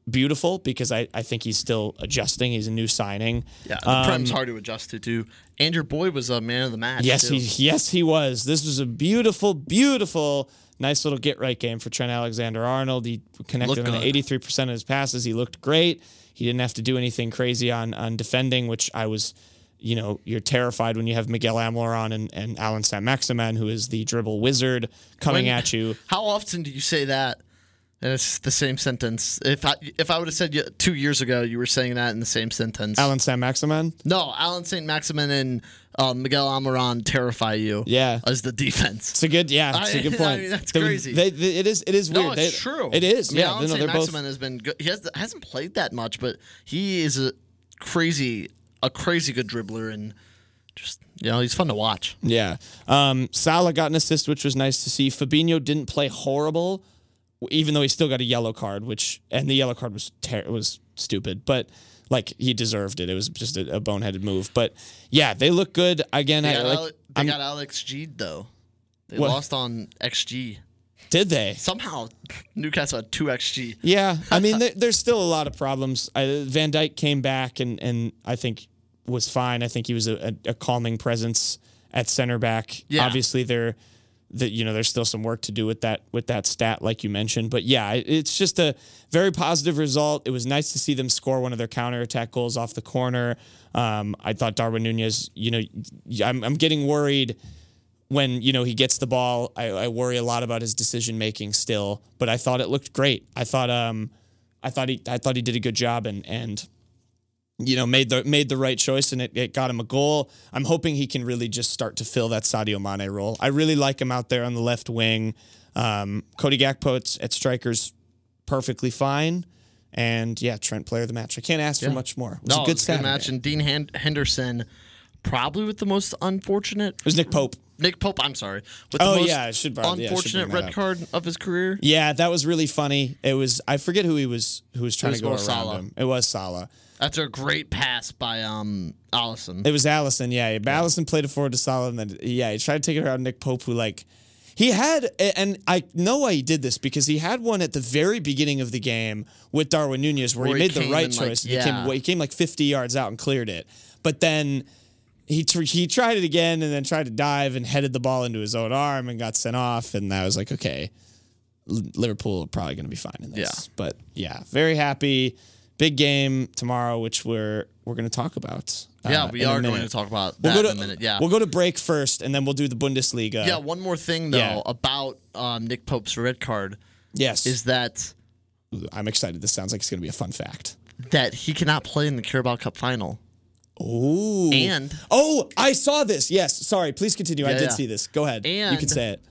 Speaker 1: beautiful because I, I think he's still adjusting. He's a new signing.
Speaker 2: Yeah, the Prem's hard to adjust to too. And your boy was a man of the match.
Speaker 1: um, Yes,
Speaker 2: too.
Speaker 1: he yes he was. This was a beautiful, beautiful, nice little get right game for Trent Alexander Arnold. He connected
Speaker 2: Looked
Speaker 1: on
Speaker 2: good.
Speaker 1: eighty three percent of his passes. He looked great. He didn't have to do anything crazy on on defending, which I was, you know, you're terrified when you have Miguel Amlaron and and Alan Sam Maximan, who is the dribble wizard, coming
Speaker 2: When-
Speaker 1: at you.
Speaker 2: How often do you say that? And it's the same sentence. If I if I would have said you, two years ago, you were saying that in the same sentence.
Speaker 1: Alan Sam Maximan.
Speaker 2: no, Alan Saint Maximin and uh, Miguel Almiron terrify you.
Speaker 1: Yeah.
Speaker 2: as the defense.
Speaker 1: It's a good, yeah. It's a
Speaker 2: I-
Speaker 1: good
Speaker 2: I
Speaker 1: point.
Speaker 2: mean, that's
Speaker 1: They-
Speaker 2: crazy.
Speaker 1: They, they- it is, it is weird.
Speaker 2: No, it's
Speaker 1: They-
Speaker 2: true.
Speaker 1: It is,
Speaker 2: I mean,
Speaker 1: yeah.
Speaker 2: Alan
Speaker 1: no,
Speaker 2: Saint
Speaker 1: they're both
Speaker 2: Maximin has been good. He has, hasn't played that much, but he is a crazy, a crazy good dribbler, and just you know, he's fun to watch.
Speaker 1: Yeah. Um, Salah got an assist, which was nice to see. Fabinho didn't play horrible, even though he still got a yellow card, which and the yellow card was ter- was stupid, but like he deserved it. It was just a, a boneheaded move. But yeah, they look good again.
Speaker 2: They
Speaker 1: I,
Speaker 2: got,
Speaker 1: like,
Speaker 2: Ale- they
Speaker 1: I'm-
Speaker 2: got Alex G though. They
Speaker 1: What?
Speaker 2: lost on XG.
Speaker 1: did they?
Speaker 2: Somehow Newcastle had two XG.
Speaker 1: Yeah, I mean, there, there's still a lot of problems. I, Van Dyke came back and and I think was fine. I think he was a, a, a calming presence at center back.
Speaker 2: Yeah.
Speaker 1: Obviously, there, that you know, there's still some work to do with that with that stat, like you mentioned. But yeah, it- it's just a very positive result. It was nice to see them score one of their counterattack goals off the corner. Um, I thought Darwin Nunez. You know, I'm I'm getting worried when you know he gets the ball, I, I worry a lot about his decision making still. But I thought it looked great. I thought um, I thought he I thought he did a good job and and you know made the made the right choice and it, it got him a goal. I'm hoping he can really just start to fill that Sadio Mane role. I really like him out there on the left wing. Um, Cody Gakpo at, at strikers perfectly fine. And yeah, Trent player of the match. I can't ask for much more. It was
Speaker 2: No,
Speaker 1: a
Speaker 2: it
Speaker 1: good,
Speaker 2: was a
Speaker 1: Saturday.
Speaker 2: good match. And Dean Hen- Henderson, probably with the most unfortunate.
Speaker 1: It was Nick Pope.
Speaker 2: Nick Pope, I'm sorry. With
Speaker 1: Oh,
Speaker 2: the most
Speaker 1: yeah, I should probably- yeah, I should
Speaker 2: unfortunate
Speaker 1: bring that
Speaker 2: red
Speaker 1: up.
Speaker 2: card of his career.
Speaker 1: Yeah, that was really funny. It was I forget who he was who was trying
Speaker 2: was
Speaker 1: to go
Speaker 2: more
Speaker 1: around
Speaker 2: Salah.
Speaker 1: him. It was Salah.
Speaker 2: After a great pass by um Allison.
Speaker 1: It was Allison. Yeah, but Allison played it forward to Salah, and then yeah, he tried to take it around Nick Pope, who like he had, and I know why he did this because he had one at the very beginning of the game with Darwin Nunez where,
Speaker 2: Where
Speaker 1: he
Speaker 2: he
Speaker 1: made the
Speaker 2: came
Speaker 1: right
Speaker 2: and, like,
Speaker 1: choice. and he,
Speaker 2: yeah.
Speaker 1: came, he came like 50 yards out and cleared it, but then. He, tr- he tried it again and then tried to dive and headed the ball into his own arm and got sent off and I was like okay L- Liverpool are probably going to be fine in this
Speaker 2: Yeah.
Speaker 1: but yeah very happy big game tomorrow which we're we're going to talk about
Speaker 2: yeah,
Speaker 1: uh,
Speaker 2: we
Speaker 1: in a
Speaker 2: are going
Speaker 1: minute.
Speaker 2: to talk about that
Speaker 1: We'll go to
Speaker 2: in a minute. Yeah.
Speaker 1: We'll go to break first, and then we'll do the Bundesliga.
Speaker 2: yeah, one more thing though
Speaker 1: Yeah.
Speaker 2: about um, Nick Pope's red card
Speaker 1: Yes.
Speaker 2: is that
Speaker 1: I'm excited. This sounds like it's going to be a fun fact.
Speaker 2: that he cannot play in the Carabao Cup final.
Speaker 1: Ooh.
Speaker 2: And
Speaker 1: oh, I saw this. Yes. Sorry. Please continue. I
Speaker 2: Yeah,
Speaker 1: did
Speaker 2: yeah.
Speaker 1: see this. Go ahead. you can
Speaker 2: And-
Speaker 1: say it.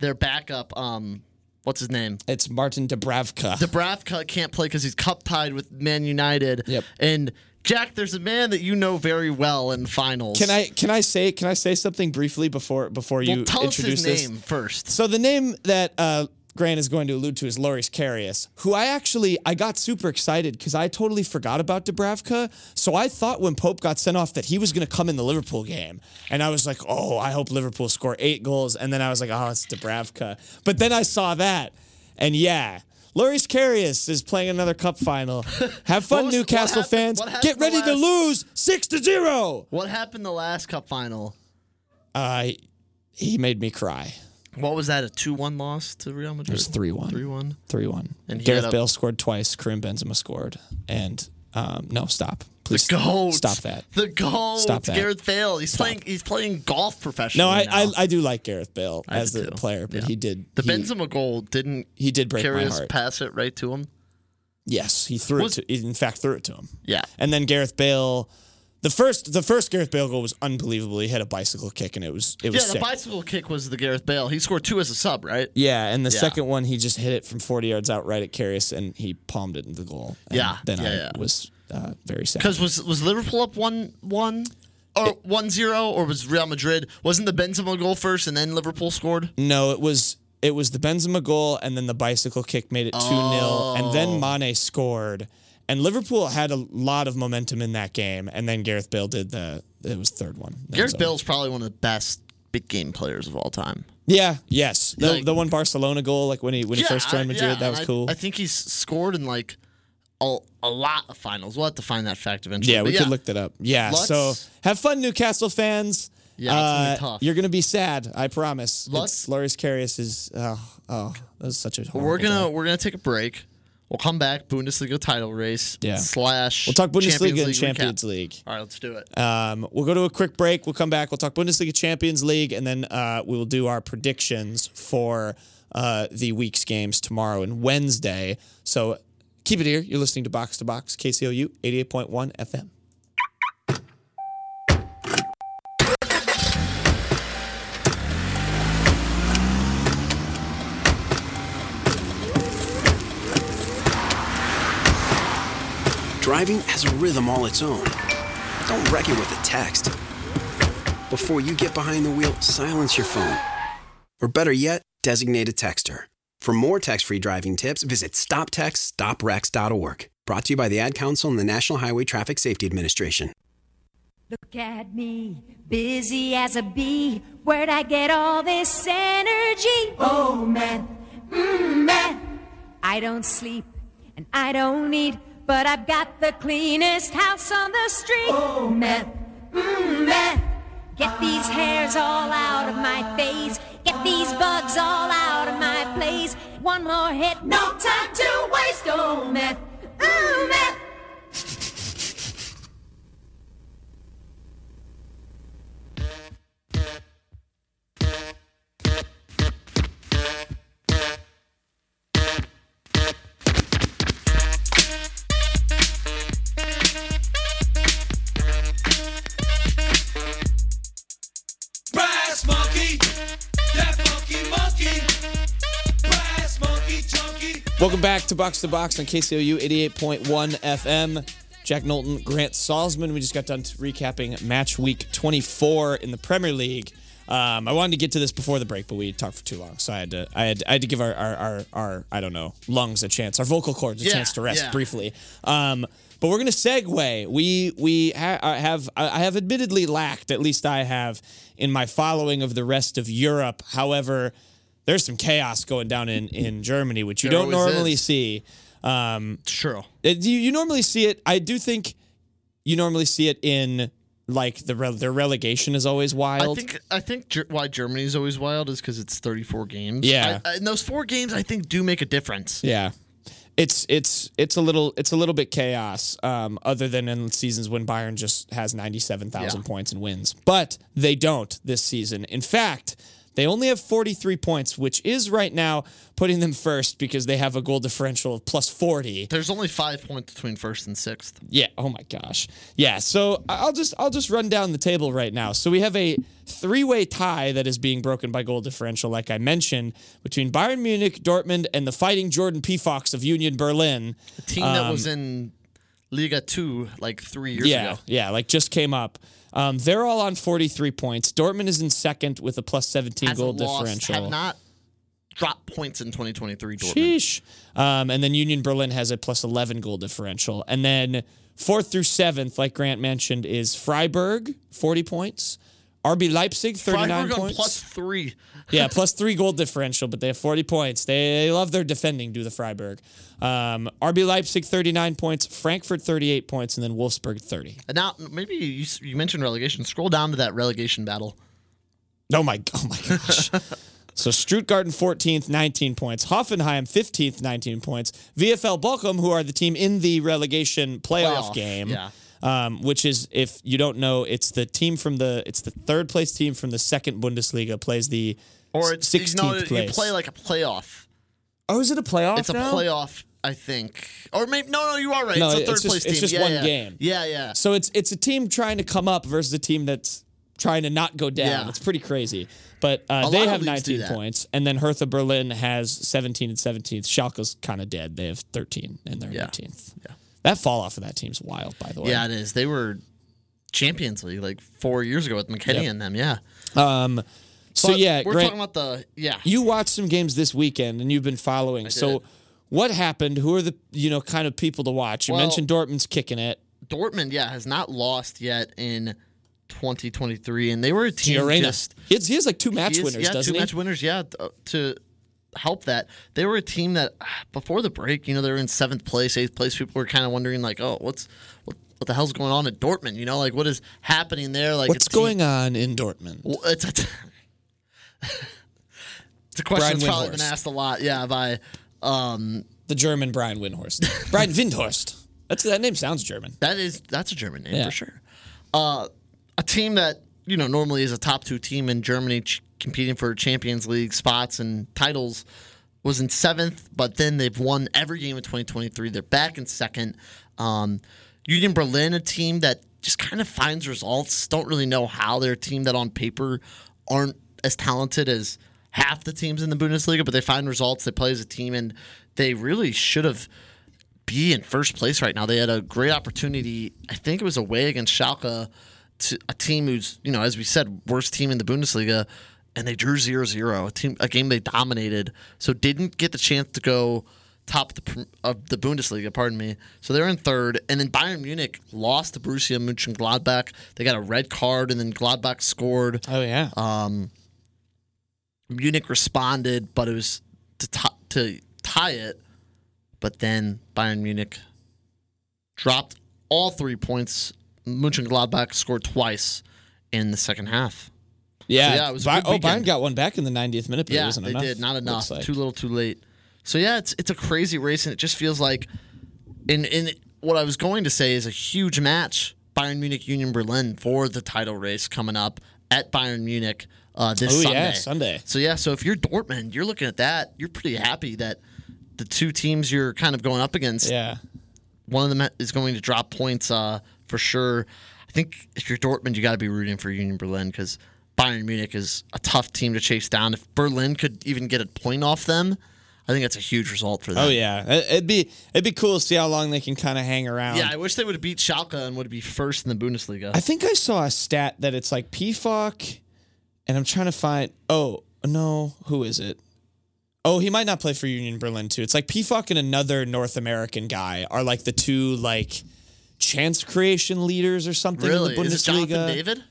Speaker 2: their backup, um, what's his name?
Speaker 1: It's Martin Dubravka.
Speaker 2: Dubravka can't play because he's cup tied with Man United.
Speaker 1: Yep.
Speaker 2: And Jack, there's a man that you know very well in finals.
Speaker 1: can I can I say can I say something briefly before before
Speaker 2: Well,
Speaker 1: you
Speaker 2: tell us
Speaker 1: introduce
Speaker 2: his
Speaker 1: this?
Speaker 2: name first?
Speaker 1: So the name that uh, Grant is going to allude to is Loris Karius, who I actually I got super excited because I totally forgot about Dubravka. So I thought when Pope got sent off that he was going to come in the Liverpool game, and I was like, oh, I hope Liverpool score eight goals. And then I was like, oh, it's Dubravka. But then I saw that, and yeah. Loris Karius is playing another cup final. Have fun,
Speaker 2: was- what
Speaker 1: Newcastle
Speaker 2: happened-
Speaker 1: fans.
Speaker 2: what happened
Speaker 1: Get ready to
Speaker 2: last-
Speaker 1: lose six to zero.
Speaker 2: What happened the last cup final?
Speaker 1: Uh, he made me cry.
Speaker 2: What was that? A two-one loss to Real Madrid.
Speaker 1: It's three one.
Speaker 2: Three-one.
Speaker 1: three one.
Speaker 2: And he
Speaker 1: Gareth
Speaker 2: had a-
Speaker 1: Bale scored twice. Karim Benzema scored. And um, no, stop, please
Speaker 2: Gold.
Speaker 1: stop that.
Speaker 2: The gold.
Speaker 1: Stop that.
Speaker 2: Gareth Bale. He's playing. He's playing golf professionally.
Speaker 1: No, I,
Speaker 2: now.
Speaker 1: I I do like Gareth Bale
Speaker 2: I
Speaker 1: as
Speaker 2: do
Speaker 1: a
Speaker 2: too.
Speaker 1: player, but
Speaker 2: Yeah.
Speaker 1: he did
Speaker 2: the
Speaker 1: he,
Speaker 2: Benzema goal didn't
Speaker 1: he did break my
Speaker 2: Karius
Speaker 1: heart.
Speaker 2: pass it right to him.
Speaker 1: yes, he threw
Speaker 2: Was-
Speaker 1: it. To, he in fact, threw it to him.
Speaker 2: Yeah.
Speaker 1: And then Gareth Bale The first, the first Gareth Bale goal was unbelievable. He had a bicycle kick, and it was it was
Speaker 2: yeah, the
Speaker 1: sick.
Speaker 2: bicycle kick was the Gareth Bale. He scored two as a sub, right?
Speaker 1: yeah, and the
Speaker 2: Yeah.
Speaker 1: second one, he just hit it from 40 yards out right at Karius, and he palmed it into the goal. And
Speaker 2: Yeah,
Speaker 1: then
Speaker 2: yeah,
Speaker 1: I
Speaker 2: yeah.
Speaker 1: was uh, very sad.
Speaker 2: Because was was Liverpool up one one or one zero, or was Real Madrid? Wasn't the Benzema goal first, and then Liverpool scored?
Speaker 1: No, it was it was the Benzema goal and then the bicycle kick made it 2-0 and then
Speaker 2: Oh.
Speaker 1: Mane scored. And Liverpool had a lot of momentum in that game and then Gareth Bale did the it was third one. Then
Speaker 2: Gareth
Speaker 1: so-
Speaker 2: Bale's probably one of the best big game players of all time.
Speaker 1: Yeah, yes. The,
Speaker 2: Like-
Speaker 1: the one Barcelona goal like when he when he first joined
Speaker 2: I-
Speaker 1: Madrid,
Speaker 2: yeah,
Speaker 1: that was
Speaker 2: I-
Speaker 1: cool.
Speaker 2: I think he's scored in like a, a lot of finals. We'll have to find that fact eventually.
Speaker 1: yeah, we
Speaker 2: But
Speaker 1: could look that up. Yeah.
Speaker 2: Let's-
Speaker 1: so have fun Newcastle fans.
Speaker 2: Yeah, it's gonna be
Speaker 1: Uh,
Speaker 2: tough.
Speaker 1: You're gonna be sad, I promise.
Speaker 2: Let's-
Speaker 1: It's Loris Karius is oh, oh that was such a horrible
Speaker 2: We're gonna
Speaker 1: day.
Speaker 2: we're gonna take a break. We'll come back. Bundesliga title race.
Speaker 1: Yeah.
Speaker 2: Slash.
Speaker 1: We'll talk Bundesliga
Speaker 2: Champions
Speaker 1: and
Speaker 2: recap.
Speaker 1: Champions League.
Speaker 2: All right, let's do it.
Speaker 1: Um, we'll go to a quick break. We'll come back. We'll talk Bundesliga, Champions League, and then uh, we will do our predictions for uh, the week's games tomorrow and Wednesday. So keep it here. You're listening to Box to Box, KCOU 88.1 FM.
Speaker 3: Driving has a rhythm all its own. Don't wreck it with a text. Before you get behind the wheel, silence your phone. Or better yet, designate a texter. For more text free driving tips, visit stoptextstoprex.org. Brought to you by the Ad Council and the National Highway Traffic Safety Administration.
Speaker 4: Look at me, busy as a bee. Where'd I get all this energy? Oh man, mm man. I don't sleep and I don't eat, but I've got the cleanest house on the street. Oh man, mm man. Get these hairs all out of my face. Get these bugs all out of my place. One more hit, no time to waste. Oh man, mm man.
Speaker 5: Brass monkey, that funky monkey. Brass monkey, chunky.
Speaker 1: Welcome back to Box to Box on KCOU 88.1 FM. Jack Knowlton, Grant Salzman. We just got done t- recapping match week 24 in the Premier League. Um, I wanted to get to this before the break, but we talked for too long, so I had to, I had, I had to give our, our, our, our, I don't know, lungs a chance, our vocal cords a
Speaker 2: Yeah,
Speaker 1: chance to rest
Speaker 2: yeah.
Speaker 1: briefly. Um, but we're gonna segue. We, we ha- I have, I I have admittedly lacked, at least I have, in my following of the rest of Europe. However, there's some chaos going down in in Germany, which you
Speaker 2: There
Speaker 1: don't
Speaker 2: always
Speaker 1: normally
Speaker 2: is.
Speaker 1: see. Um,
Speaker 2: It's true.
Speaker 1: it- you, you normally see it. I do think you normally see it in like the re- their relegation is always
Speaker 2: I
Speaker 1: wild.
Speaker 2: think I think Ger- why Germany is always wild is because it's 34 games.
Speaker 1: Yeah.
Speaker 2: I, I- and those four games I think do make a difference.
Speaker 1: yeah, it's it's it's a little it's a little bit chaos. Um, other than in seasons when Bayern just has ninety seven thousand
Speaker 2: Yeah.
Speaker 1: points and wins, but they don't this season. In fact. They only have 43 points, which is right now putting them first because they have a goal differential of plus 40.
Speaker 2: There's only five points between first and sixth.
Speaker 1: Yeah. Oh my gosh. Yeah. So I- I'll just I'll just run down the table right now. So we have a three-way tie that is being broken by goal differential, like I mentioned, between Bayern Munich, Dortmund, and the Fighting Jordan P. Fox of Union Berlin.
Speaker 2: The team that was in Liga Two like three years
Speaker 1: Um, Yeah.
Speaker 2: ago.
Speaker 1: Yeah. Like just came up. Um, they're all on 43 points. Dortmund is in second with a plus 17
Speaker 2: Hasn't
Speaker 1: goal
Speaker 2: lost,
Speaker 1: differential.
Speaker 2: Have not dropped points in 2023. Dortmund.
Speaker 1: Sheesh. Um, and then Union Berlin has a plus 11 goal differential. And then fourth through seventh, like Grant mentioned, is Freiburg, 40 points. RB Leipzig, 39
Speaker 2: Freiburg on
Speaker 1: points.
Speaker 2: plus three.
Speaker 1: yeah, plus three goal differential, but they have 40 points. They love their defending, do the Freiburg. Um, RB Leipzig, 39 points. Frankfurt, 38 points. And then Wolfsburg, 30.
Speaker 2: And now maybe you, you mentioned relegation. Scroll down to that relegation battle.
Speaker 1: Oh my, oh my gosh. so Stuttgart in 14th, 19 points. Hoffenheim 15th, 19 points. VFL Bochum, who are the team in the relegation playoff,
Speaker 2: Playoff,
Speaker 1: game,
Speaker 2: yeah.
Speaker 1: um, which is if you don't know, it's the team from the it's the third place team from the second Bundesliga plays the
Speaker 2: Or it's
Speaker 1: 16th
Speaker 2: you, know, you
Speaker 1: place.
Speaker 2: play like a playoff.
Speaker 1: oh, is it a playoff?
Speaker 2: It's a
Speaker 1: now?
Speaker 2: playoff I think, or maybe no, no, you are right.
Speaker 1: No,
Speaker 2: it's a
Speaker 1: it's
Speaker 2: third
Speaker 1: just-
Speaker 2: place team.
Speaker 1: it's just
Speaker 2: yeah,
Speaker 1: one
Speaker 2: yeah.
Speaker 1: game.
Speaker 2: Yeah, yeah.
Speaker 1: So it's it's a team trying to come up versus a team that's trying to not go down.
Speaker 2: Yeah.
Speaker 1: It's pretty crazy. But uh,
Speaker 2: A
Speaker 1: they
Speaker 2: lot of
Speaker 1: have
Speaker 2: leagues do
Speaker 1: 19
Speaker 2: that.
Speaker 1: points, and then Hertha Berlin has 17 and 17th. Schalke's kind of dead. They have 13, and they're
Speaker 2: Yeah.
Speaker 1: 19th. Yeah. That fall off of that team's wild, by the way.
Speaker 2: Yeah, it is. They were Champions League like four years ago with McKinney and them. Yeah.
Speaker 1: So
Speaker 2: But
Speaker 1: yeah,
Speaker 2: we're
Speaker 1: Grant,
Speaker 2: talking about the yeah.
Speaker 1: you watched some games this weekend, and you've been following. So what happened? Who are the you know kind of people to watch? You
Speaker 2: Well-
Speaker 1: mentioned Dortmund's kicking it.
Speaker 2: Dortmund, yeah, has not lost yet in 2023, and they were a team
Speaker 1: Giorena.
Speaker 2: just
Speaker 1: He has, he has like two match
Speaker 2: he is-
Speaker 1: winners,
Speaker 2: yeah,
Speaker 1: doesn't
Speaker 2: two
Speaker 1: he?
Speaker 2: match winners, yeah, th- uh, to help that. They were a team that ah, before the break, you know, they were in seventh place, eighth place. People were kind of wondering like, oh, what's what, what the hell's going on at Dortmund? You know, like what is happening there? Like
Speaker 1: What's going on in Dortmund?
Speaker 2: Well, it's, it's, it's a
Speaker 1: Brian
Speaker 2: question that's probably been
Speaker 1: Windhorst.
Speaker 2: asked a lot, yeah, by um
Speaker 1: the German Brian Windhorst. Brian Windhorst. That's that name sounds German.
Speaker 2: That is that's a German name
Speaker 1: Yeah.
Speaker 2: for sure. Uh, a team that you know normally is a top two team in Germany, ch- competing for Champions League spots and titles, was in seventh, but then they've won every game in 2023. They're back in second. Um, Union Berlin, a team that just kind of finds results. Don't really know how. They're a team that on paper aren't as talented as half the teams in the Bundesliga, but they find results. They play as a team, and they really should have be in first place right now. They had a great opportunity. I think it was away against Schalke, to a team who's you know as we said worst team in the Bundesliga, and they drew 0-0, a team a game they dominated. So didn't get the chance to go top of the, pr- of the Bundesliga. Pardon me. So they're in third, and then Bayern Munich lost to Borussia Mönchengladbach. They got a red card, and then Gladbach scored.
Speaker 1: Oh yeah.
Speaker 2: Uh, Munich responded, but it was to ti- to tie it. But then Bayern Munich dropped all three points. Mönchengladbach scored twice in the second half.
Speaker 1: yeah.
Speaker 2: yeah, it was a
Speaker 1: Bi-
Speaker 2: good
Speaker 1: oh, Bayern
Speaker 2: weekend.
Speaker 1: got one back in the 90th minute, but it
Speaker 2: yeah,
Speaker 1: wasn't
Speaker 2: they
Speaker 1: enough.
Speaker 2: did not enough.
Speaker 1: looks like.
Speaker 2: Too little, too late. So yeah, it's it's a crazy race, and it just feels like, in in what I was going to say is a huge match. Bayern Munich Union Berlin for the title race coming up at Bayern Munich uh, this
Speaker 1: Oh,
Speaker 2: Sunday.
Speaker 1: yeah, Sunday.
Speaker 2: So yeah, so if you're Dortmund, you're looking at that. You're pretty happy that the two teams you're kind of going up against
Speaker 1: Yeah.
Speaker 2: one of them is going to drop points uh, for sure. I think if you're Dortmund, you got to be rooting for Union Berlin because Bayern Munich is a tough team to chase down. If Berlin could even get a point off them, I think that's a huge result for them.
Speaker 1: Oh yeah. It- It'd be it'd be cool to see how long they can kind of hang around.
Speaker 2: Yeah, I wish they would have beat Schalke and would be first in the Bundesliga.
Speaker 1: I think I saw a stat that it's like PFOC, and I'm trying to find. Oh no, who is it? Oh, he might not play for Union Berlin too. It's like PFOC and another North American guy are like the two like chance creation leaders or something
Speaker 2: really?
Speaker 1: in the Bundesliga.
Speaker 2: Is it Jonathan David?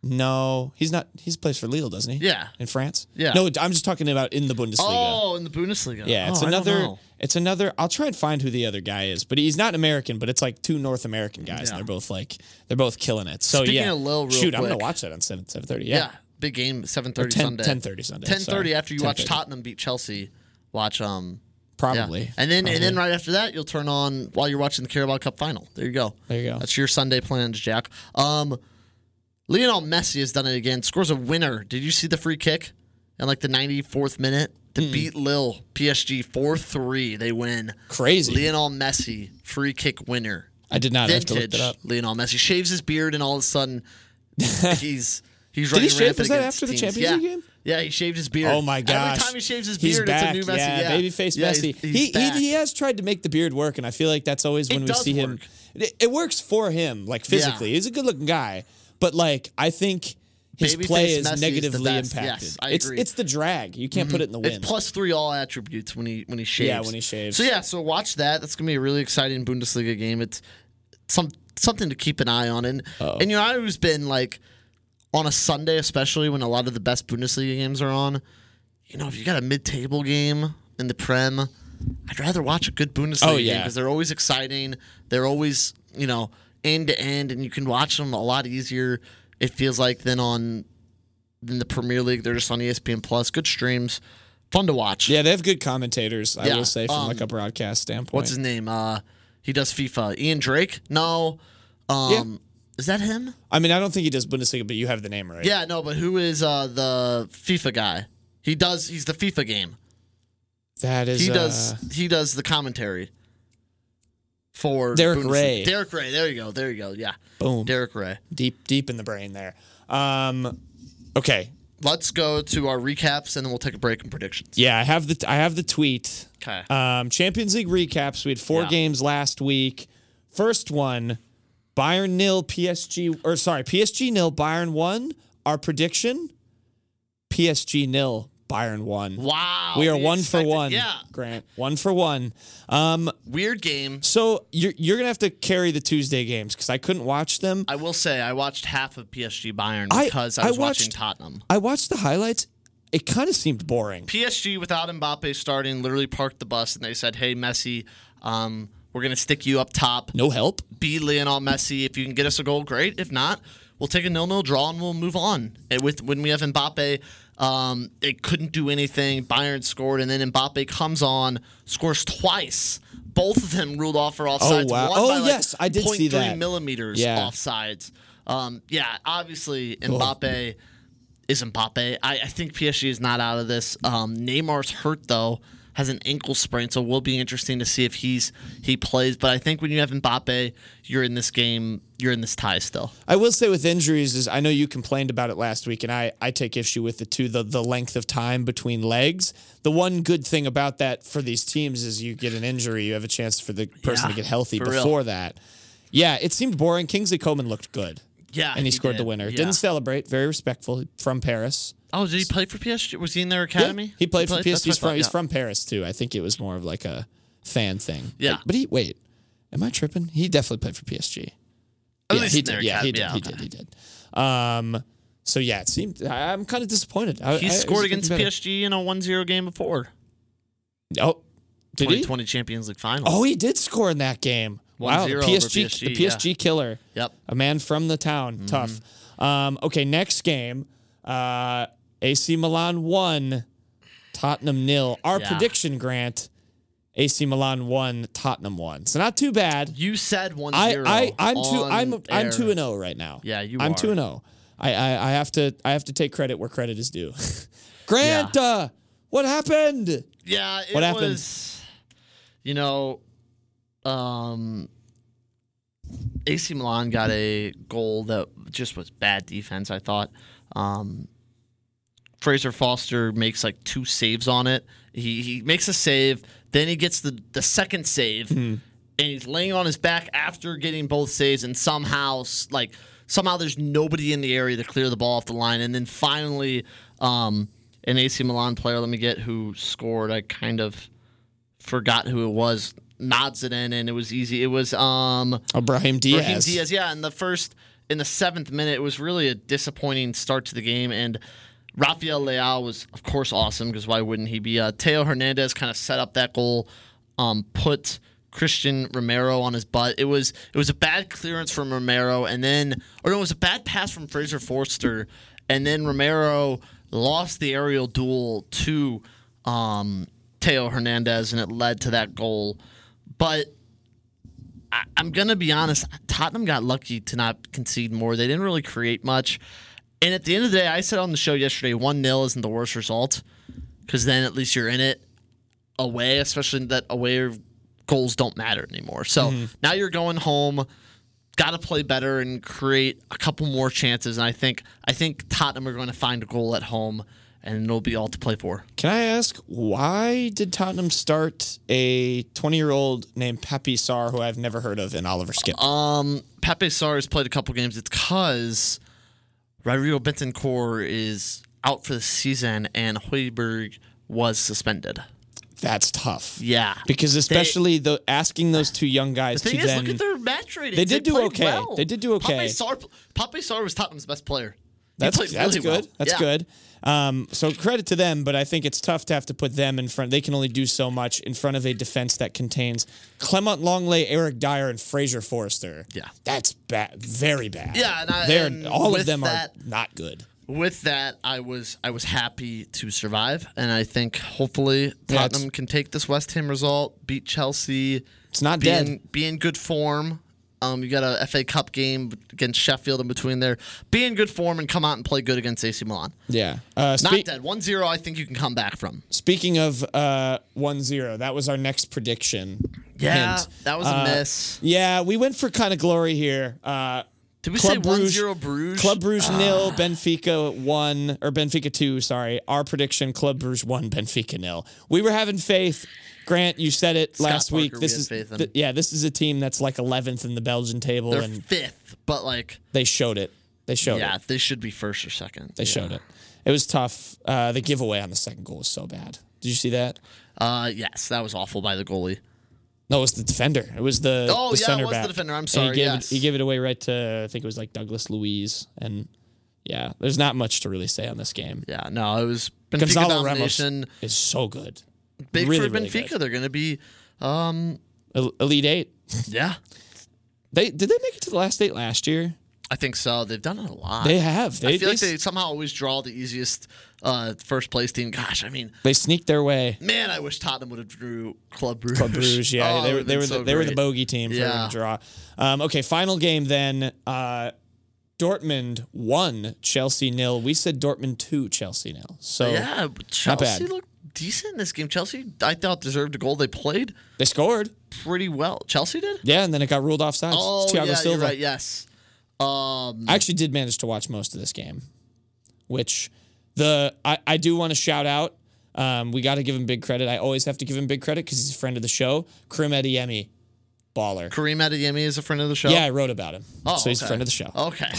Speaker 1: No, he's not. He's plays for Lille, doesn't he?
Speaker 2: Yeah.
Speaker 1: In France.
Speaker 2: Yeah.
Speaker 1: No, I'm just talking about in the Bundesliga.
Speaker 2: Oh, in the Bundesliga.
Speaker 1: yeah, it's
Speaker 2: Oh, I don't
Speaker 1: another.
Speaker 2: know.
Speaker 1: It's another. I'll try and find who the other guy is, but he's not American. But it's like two North American guys,
Speaker 2: Yeah.
Speaker 1: and they're both like they're both killing it. So
Speaker 2: Speaking
Speaker 1: yeah,
Speaker 2: of Lille real
Speaker 1: shoot, I'm gonna
Speaker 2: quick.
Speaker 1: watch that on seven seven thirty.
Speaker 2: Yeah.
Speaker 1: Yeah.
Speaker 2: big game, 7.30
Speaker 1: 10
Speaker 2: Sunday.
Speaker 1: 10:30 Sunday,
Speaker 2: 10.30
Speaker 1: sorry.
Speaker 2: after you watch
Speaker 1: 10:30.
Speaker 2: Tottenham beat Chelsea, watch um, Yeah.
Speaker 1: probably.
Speaker 2: And then and then right after that, you'll turn on while you're watching the Carabao Cup final. There you go.
Speaker 1: There you go.
Speaker 2: That's your Sunday plans, Jack. Um, Lionel Messi has done it again. Scores a winner. Did you see the free kick in like the 94th minute to
Speaker 1: Hmm.
Speaker 2: beat Lille PSG 4-3? They win.
Speaker 1: crazy.
Speaker 2: Lionel Messi free kick winner.
Speaker 1: I did not have to look
Speaker 2: Vintage
Speaker 1: that up.
Speaker 2: Lionel Messi shaves his beard and all of a sudden he's he's
Speaker 1: Did
Speaker 2: running
Speaker 1: he shave?
Speaker 2: rampant
Speaker 1: Was that
Speaker 2: against
Speaker 1: after the
Speaker 2: teams.
Speaker 1: Champions
Speaker 2: yeah.
Speaker 1: League game?
Speaker 2: Yeah, he shaved his beard.
Speaker 1: Oh my gosh!
Speaker 2: Every time he shaves his
Speaker 1: He's
Speaker 2: beard,
Speaker 1: back.
Speaker 2: it's a new Messi.
Speaker 1: Yeah, babyface
Speaker 2: Yeah, he's-
Speaker 1: Messi.
Speaker 2: he's
Speaker 1: he, he
Speaker 2: back.
Speaker 1: he has tried to make the beard work, and I feel like that's always when we
Speaker 2: does
Speaker 1: see him.
Speaker 2: work.
Speaker 1: It, it works for him, like physically. He's a good looking guy, but like I think his
Speaker 2: Babyface
Speaker 1: play is
Speaker 2: Messi is the
Speaker 1: negatively
Speaker 2: best.
Speaker 1: impacted.
Speaker 2: Yes, I
Speaker 1: it's
Speaker 2: agree.
Speaker 1: it's the drag. You can't put it in the wind.
Speaker 2: It's plus three all attributes when he when he shaves.
Speaker 1: Yeah, when he shaves.
Speaker 2: So yeah, so watch that. That's gonna be a really exciting Bundesliga game. It's some something to keep an eye on. And and you know, I've always been like on a Sunday, especially when a lot of the best Bundesliga games are on. You know, if you got a mid-table game in the Prem, I'd rather watch a good Bundesliga
Speaker 1: Oh,
Speaker 2: game
Speaker 1: yeah.
Speaker 2: because they're always exciting. They're always you know end to end, and you can watch them a lot easier. It feels like than on in the Premier League. They're just on E ESPN Plus. Good streams, fun to watch.
Speaker 1: yeah, they have good commentators. I
Speaker 2: Yeah,
Speaker 1: will say from
Speaker 2: um,
Speaker 1: like a broadcast standpoint.
Speaker 2: What's his name? Uh, he does FIFA. Ian Drake? No. Um, Is that him?
Speaker 1: I mean, I don't think he does Bundesliga, but you have the name right.
Speaker 2: Yeah, no. But who is uh the FIFA guy? He does. He's the FIFA game.
Speaker 1: That is
Speaker 2: He
Speaker 1: uh,
Speaker 2: does he does the commentary for
Speaker 1: Derek
Speaker 2: Bundesliga.
Speaker 1: Ray.
Speaker 2: Derek Ray, there you go, there you go, yeah.
Speaker 1: Boom.
Speaker 2: Derek Ray.
Speaker 1: deep deep in the brain there. Um, okay,
Speaker 2: Let's go to our recaps and then we'll take a break and predictions.
Speaker 1: yeah, I have the I have the tweet.
Speaker 2: 'Kay.
Speaker 1: Um, Champions League recaps. We had four
Speaker 2: Yeah.
Speaker 1: games last week. First one, Bayern nil, PSG or sorry, PSG nil, Bayern one. Our prediction, PSG nil, Bayern one.
Speaker 2: Wow. E
Speaker 1: We are one
Speaker 2: expected-
Speaker 1: for one.
Speaker 2: Yeah.
Speaker 1: Grant. One for one. Um,
Speaker 2: Weird game.
Speaker 1: so you're you're gonna have to carry the Tuesday games because I couldn't watch them.
Speaker 2: I will say I watched half of PSG Bayern
Speaker 1: I-
Speaker 2: because I,
Speaker 1: I
Speaker 2: was watching
Speaker 1: watched-
Speaker 2: Tottenham.
Speaker 1: I watched the highlights. It kind of seemed boring.
Speaker 2: PSG without Mbappe starting literally parked the bus and they said, "Hey Messi, um, we're gonna stick you up top.
Speaker 1: No help.
Speaker 2: Be Lionel Messi. If you can get us a goal, great. If not, we'll take a nil-nil draw and we'll move on." And with when we have Mbappe, um, it couldn't do anything. Bayern scored and then Mbappe comes on, scores twice. Both of them ruled off for offsides.
Speaker 1: wow.
Speaker 2: One
Speaker 1: Oh,
Speaker 2: by like
Speaker 1: yes, I did see
Speaker 2: 0.3
Speaker 1: that.
Speaker 2: millimeters
Speaker 1: Yeah.
Speaker 2: offsides. Um, yeah, obviously Mbappe is Mbappe. I, I think PSG is not out of this. Um, Neymar's hurt though, has an ankle sprain, so it will be interesting to see if he's he plays. But I think when you have Mbappe, you're in this game. You're in this tie still.
Speaker 1: I will say with injuries is I know you complained about it last week, and I, I take issue with it too. The the length of time between legs. The one good thing about that for these teams is you get an injury, you have a chance for the person
Speaker 2: Yeah,
Speaker 1: to get healthy
Speaker 2: for real.
Speaker 1: before that. Yeah, it seemed boring. Kingsley Coman looked good.
Speaker 2: Yeah,
Speaker 1: and he,
Speaker 2: he
Speaker 1: scored the
Speaker 2: did.
Speaker 1: winner.
Speaker 2: Yeah.
Speaker 1: Didn't celebrate. Very respectful from Paris.
Speaker 2: Oh, did he play for PSG? Was he in their
Speaker 1: Yeah,
Speaker 2: academy?
Speaker 1: he played for
Speaker 2: That's
Speaker 1: PSG.
Speaker 2: what I
Speaker 1: He's from,
Speaker 2: thought,
Speaker 1: he's
Speaker 2: yeah.
Speaker 1: from Paris too. I think it was more of like a fan thing.
Speaker 2: Yeah.
Speaker 1: Like, but he wait, am I tripping? He definitely played for PSG.
Speaker 2: At
Speaker 1: yeah,
Speaker 2: least
Speaker 1: he
Speaker 2: Oh, in their
Speaker 1: did. Yeah, he did.
Speaker 2: academy,
Speaker 1: He did. He did. Um, so yeah, it seemed I, I'm kind of disappointed. I,
Speaker 2: He
Speaker 1: I was
Speaker 2: scored
Speaker 1: expecting
Speaker 2: against
Speaker 1: Uh, better.
Speaker 2: PSG in a 1-0 game before.
Speaker 1: Oh, did he?
Speaker 2: 2020 Champions League final.
Speaker 1: Oh, he did score in that game. Wow, the
Speaker 2: 1-0 over
Speaker 1: PSG, the
Speaker 2: PSG, yeah.
Speaker 1: PSG killer.
Speaker 2: Yep.
Speaker 1: a man from the town.
Speaker 2: Mm-hmm.
Speaker 1: Tough. Um, okay, next game, uh, AC Milan one, Tottenham nil. Our
Speaker 2: Yeah.
Speaker 1: prediction, Grant, AC Milan one, Tottenham one. So not too bad.
Speaker 2: You said 1-0.
Speaker 1: I, I I'm two
Speaker 2: on
Speaker 1: I'm I'm
Speaker 2: air.
Speaker 1: two and oh. zero right now.
Speaker 2: Yeah, you
Speaker 1: I'm
Speaker 2: are.
Speaker 1: two and zero. I, I I have to I have to take credit where credit is due. Grant, uh, what happened?
Speaker 2: Yeah, it
Speaker 1: What happened?
Speaker 2: was you know um AC Milan got a goal that just was bad defense, I thought. Um Fraser Foster makes like two saves on it. He he makes a save, then he gets the the second save
Speaker 1: Mm-hmm.
Speaker 2: and he's laying on his back after getting both saves and somehow s- like somehow there's nobody in the area to clear the ball off the line and then finally um an AC Milan player let me get who scored I kind of forgot who it was nods it in and it was easy it was um
Speaker 1: Oh, Brahim Diaz.
Speaker 2: Raheem Diaz, yeah, in the first, in the seventh minute, it was really a disappointing start to the game, and Rafael Leal was, of course, awesome because why wouldn't he be? Uh, Teo Hernandez kind of set up that goal, um, put Christian Romero on his butt. It was it was a bad clearance from Romero, and then or no, it was a bad pass from Fraser Forster, and then Romero lost the aerial duel to um, Teo Hernandez, and it led to that goal, but. I, I'm gonna be honest. Tottenham got lucky to not concede more. They didn't really create much. And at the end of the day, I said on the show yesterday, one 0 isn't the worst result because then at least you're in it away, especially that away goals don't matter anymore. So now you're going home. Got to play better and create a couple more chances. And I think I think Tottenham are going to find a goal at home, and it'll be all to play for.
Speaker 1: Can I ask why did Tottenham start a 20-year-old named Papi Sarr who I've never heard of in Oliver Skip?
Speaker 2: Um, Pepe Sar has played a couple games. It's because Rodrigo Bentancur is out for the season and Hoiberg was suspended.
Speaker 1: That's tough.
Speaker 2: Yeah.
Speaker 1: Because especially the asking those two young guys
Speaker 2: The thing
Speaker 1: to
Speaker 2: is,
Speaker 1: then
Speaker 2: look at their match rating.
Speaker 1: They did do okay. They did do okay.
Speaker 2: Pape Sar, Pape Sar was Tottenham's best player. He
Speaker 1: that's
Speaker 2: played
Speaker 1: that's
Speaker 2: really
Speaker 1: good.
Speaker 2: well.
Speaker 1: That's
Speaker 2: Yeah.
Speaker 1: good. Um, so credit to them, but I think it's tough to have to put them in front. They can only do so much in front of a defense that contains Clement Longley, Eric Dyer, and Fraser Forrester.
Speaker 2: Yeah.
Speaker 1: that's bad. Very bad.
Speaker 2: Yeah, and I-
Speaker 1: they're
Speaker 2: and
Speaker 1: all of
Speaker 2: with
Speaker 1: them
Speaker 2: that-
Speaker 1: are not good.
Speaker 2: With that, I was I was happy to survive, and I think hopefully
Speaker 1: Yeah, it's-
Speaker 2: Tottenham can take this West Ham result, beat Chelsea,
Speaker 1: It's not
Speaker 2: be
Speaker 1: dead.
Speaker 2: in, be in good form, Um, you got a FA Cup game against Sheffield in between there. Be in good form and come out and play good against AC Milan.
Speaker 1: Yeah. Uh,
Speaker 2: Not
Speaker 1: spe-
Speaker 2: dead. 1 0, I think you can come back from.
Speaker 1: Speaking of uh, 1-0, that was our next prediction. hint.
Speaker 2: That was a
Speaker 1: Uh,
Speaker 2: miss.
Speaker 1: Yeah, we went for kind of glory here. Uh,
Speaker 2: Did we
Speaker 1: Club
Speaker 2: say 1
Speaker 1: Brugge-
Speaker 2: 0 Bruges? Ah.
Speaker 1: Club Brugge nil, Benfica one or Benfica two. Sorry, our prediction: Club Brugge one, Benfica nil. We were having faith. Grant, you said it
Speaker 2: Scott
Speaker 1: last week.
Speaker 2: Parker, we
Speaker 1: This
Speaker 2: had
Speaker 1: is
Speaker 2: faith in.
Speaker 1: th- yeah, this is a team that's like 11th in the Belgian table,
Speaker 2: They're
Speaker 1: and
Speaker 2: fifth, but like,
Speaker 1: they showed it. They showed
Speaker 2: yeah,
Speaker 1: it.
Speaker 2: they should be first or second.
Speaker 1: They showed it. It was tough. Uh, the giveaway on the second goal was so bad. Did you see that?
Speaker 2: Uh, yes, that was awful by the goalie.
Speaker 1: No, it was the defender. It was the
Speaker 2: Oh,
Speaker 1: the
Speaker 2: yeah, it
Speaker 1: center
Speaker 2: was the
Speaker 1: back.
Speaker 2: defender. I'm
Speaker 1: And
Speaker 2: sorry,
Speaker 1: He gave,
Speaker 2: yes.
Speaker 1: it, he gave it away right to I think it was like Douglas Louise, and yeah, there's not much to really say on this game.
Speaker 2: Yeah, no, it was Benfica
Speaker 1: Gonzalo Ramos
Speaker 2: domination.
Speaker 1: is so good.
Speaker 2: Big
Speaker 1: really,
Speaker 2: for
Speaker 1: really
Speaker 2: Benfica.
Speaker 1: good.
Speaker 2: They're going to be, um,
Speaker 1: El- Elite Eight.
Speaker 2: yeah,
Speaker 1: They did they make it to the last eight last year?
Speaker 2: I think so. They've done it a lot.
Speaker 1: They have. They
Speaker 2: I feel
Speaker 1: they,
Speaker 2: like they
Speaker 1: s-
Speaker 2: somehow always draw the easiest uh, first place team. Gosh, I mean,
Speaker 1: they sneaked their way.
Speaker 2: man, I wish Tottenham would have drew Club Brugge.
Speaker 1: Club Bruges, yeah,
Speaker 2: Oh, it
Speaker 1: they were
Speaker 2: would've
Speaker 1: they
Speaker 2: been
Speaker 1: were
Speaker 2: so
Speaker 1: the, they were the
Speaker 2: great.
Speaker 1: bogey team for
Speaker 2: Yeah.
Speaker 1: a draw. Um, okay, final game then. Uh, Dortmund one, Chelsea nil. We said Dortmund two, Chelsea nil. So
Speaker 2: Yeah, but
Speaker 1: Not
Speaker 2: Chelsea
Speaker 1: bad.
Speaker 2: looked decent in this game. Chelsea, I thought deserved a goal. They played
Speaker 1: they scored.
Speaker 2: pretty well. Chelsea did.
Speaker 1: Yeah, and then it got ruled offsides.
Speaker 2: Oh,
Speaker 1: It's
Speaker 2: yeah,
Speaker 1: Thiago
Speaker 2: you're
Speaker 1: Silva.
Speaker 2: right. Yes. Um,
Speaker 1: I actually did manage to watch most of this game, which the I, I do want to shout out. Um, we got to give him big credit. I always have to give him big credit because he's a friend of the show. Karim Ediemi, baller.
Speaker 2: Kareem Adeyemi is a friend of the show.
Speaker 1: Yeah, I wrote about him,
Speaker 2: Oh,
Speaker 1: so he's a
Speaker 2: okay.
Speaker 1: friend of the show.
Speaker 2: Okay.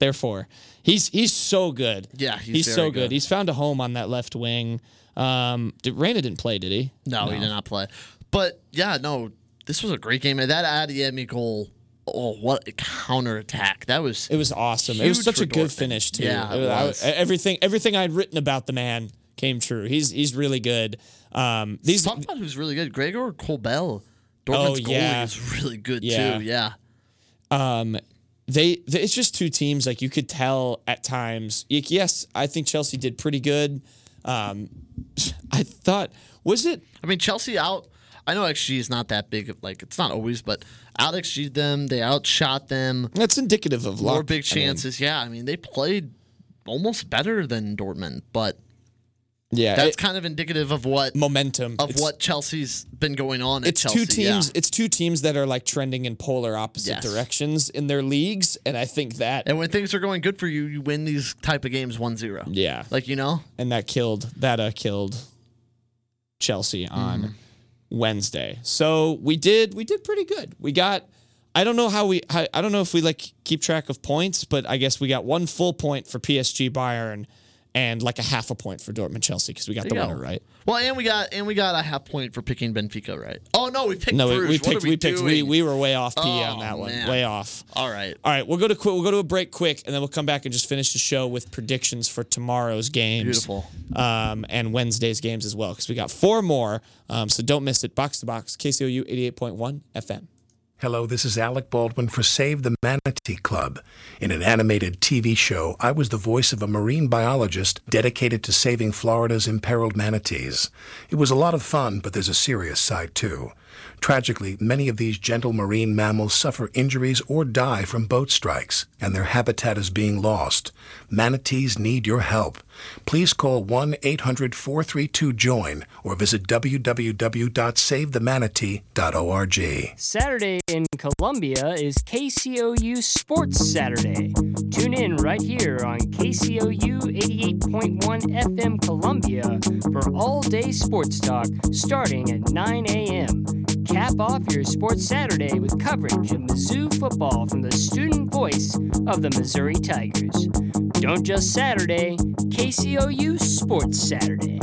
Speaker 1: Therefore, he's he's so good.
Speaker 2: Yeah, he's
Speaker 1: so
Speaker 2: very
Speaker 1: good.
Speaker 2: good.
Speaker 1: He's found a home on that left wing. Um, did, Reina didn't play, did he?
Speaker 2: No, he did not play. But yeah, no, this was a great game. And that Adeyemi goal. Oh, what a counterattack. That was
Speaker 1: It was awesome. It was
Speaker 2: Huge
Speaker 1: such
Speaker 2: for
Speaker 1: a good
Speaker 2: Dortmund.
Speaker 1: finish too.
Speaker 2: Yeah, it
Speaker 1: I-
Speaker 2: was.
Speaker 1: I- everything everything I'd written about the man came true. He's he's really good. Um, these
Speaker 2: Talk about who's really good. Gregor Colbell, Dortmund's
Speaker 1: Oh,
Speaker 2: goalie,
Speaker 1: yeah.
Speaker 2: is really good
Speaker 1: Yeah.
Speaker 2: too. Yeah.
Speaker 1: they, they it's just two teams like you could tell at times like, yes i think chelsea did pretty good um i thought was it
Speaker 2: I mean, Chelsea out. I know XG is not that big. of- Like it's not always, but out XG them. They outshot them.
Speaker 1: that's indicative of
Speaker 2: More
Speaker 1: luck. I
Speaker 2: big
Speaker 1: mean,
Speaker 2: chances. yeah. I mean, they played almost better than Dortmund, but
Speaker 1: yeah
Speaker 2: that's
Speaker 1: it-
Speaker 2: kind of indicative of what
Speaker 1: momentum
Speaker 2: of
Speaker 1: It's-
Speaker 2: what Chelsea's been going on. At
Speaker 1: it's
Speaker 2: Chelsea.
Speaker 1: two teams
Speaker 2: Yeah.
Speaker 1: it's two teams that are like trending in polar opposite
Speaker 2: Yes.
Speaker 1: directions in their leagues and i think that
Speaker 2: And when things are going good for you, you win these type of games 1-0.
Speaker 1: yeah
Speaker 2: Like you know,
Speaker 1: and that killed that uh, killed Chelsea
Speaker 2: Mm-hmm.
Speaker 1: on Wednesday. So we did we did pretty good. We got I don't know how we I, I don't know if we like keep track of points, but I guess we got one full point for PSG Bayern and like a half a point for Dortmund Chelsea because we got the
Speaker 2: Yeah.
Speaker 1: winner right.
Speaker 2: Well, and we got and we got a half point for picking Benfica, right? Oh no, we picked.
Speaker 1: No, we,
Speaker 2: Bruges.
Speaker 1: we
Speaker 2: What
Speaker 1: picked
Speaker 2: are
Speaker 1: we, picked we,
Speaker 2: doing?
Speaker 1: we were way off P on
Speaker 2: Oh,
Speaker 1: that one.
Speaker 2: man.
Speaker 1: Way off.
Speaker 2: All right.
Speaker 1: All right, we'll go to quick. We'll go to a break quick, and then we'll come back and just finish the show with predictions for tomorrow's games.
Speaker 2: Beautiful.
Speaker 1: Um, and Wednesday's games as well, because we got four more. Um, so don't miss it. Box to box, KCOU eighty-eight point one FM.
Speaker 6: Hello, this is Alec Baldwin for Save the Manatee Club. In an animated TV show, I was the voice of a marine biologist dedicated to saving Florida's imperiled manatees. It was a lot of fun, but there's a serious side too. Tragically, many of these gentle marine mammals suffer injuries or die from boat strikes, and their habitat is being lost. Manatees need your help. Please call 1 800 432 JOIN or visit www.savethemanatee.org.
Speaker 7: Saturday in Columbia is KCOU Sports Saturday. Tune in right here on KCOU 88.1 FM Columbia for all day sports talk starting at 9 a.m. Cap off your Sports Saturday with coverage of Mizzou football from the student voice of the Missouri Tigers. Don't just Saturday, KCOU Sports Saturday.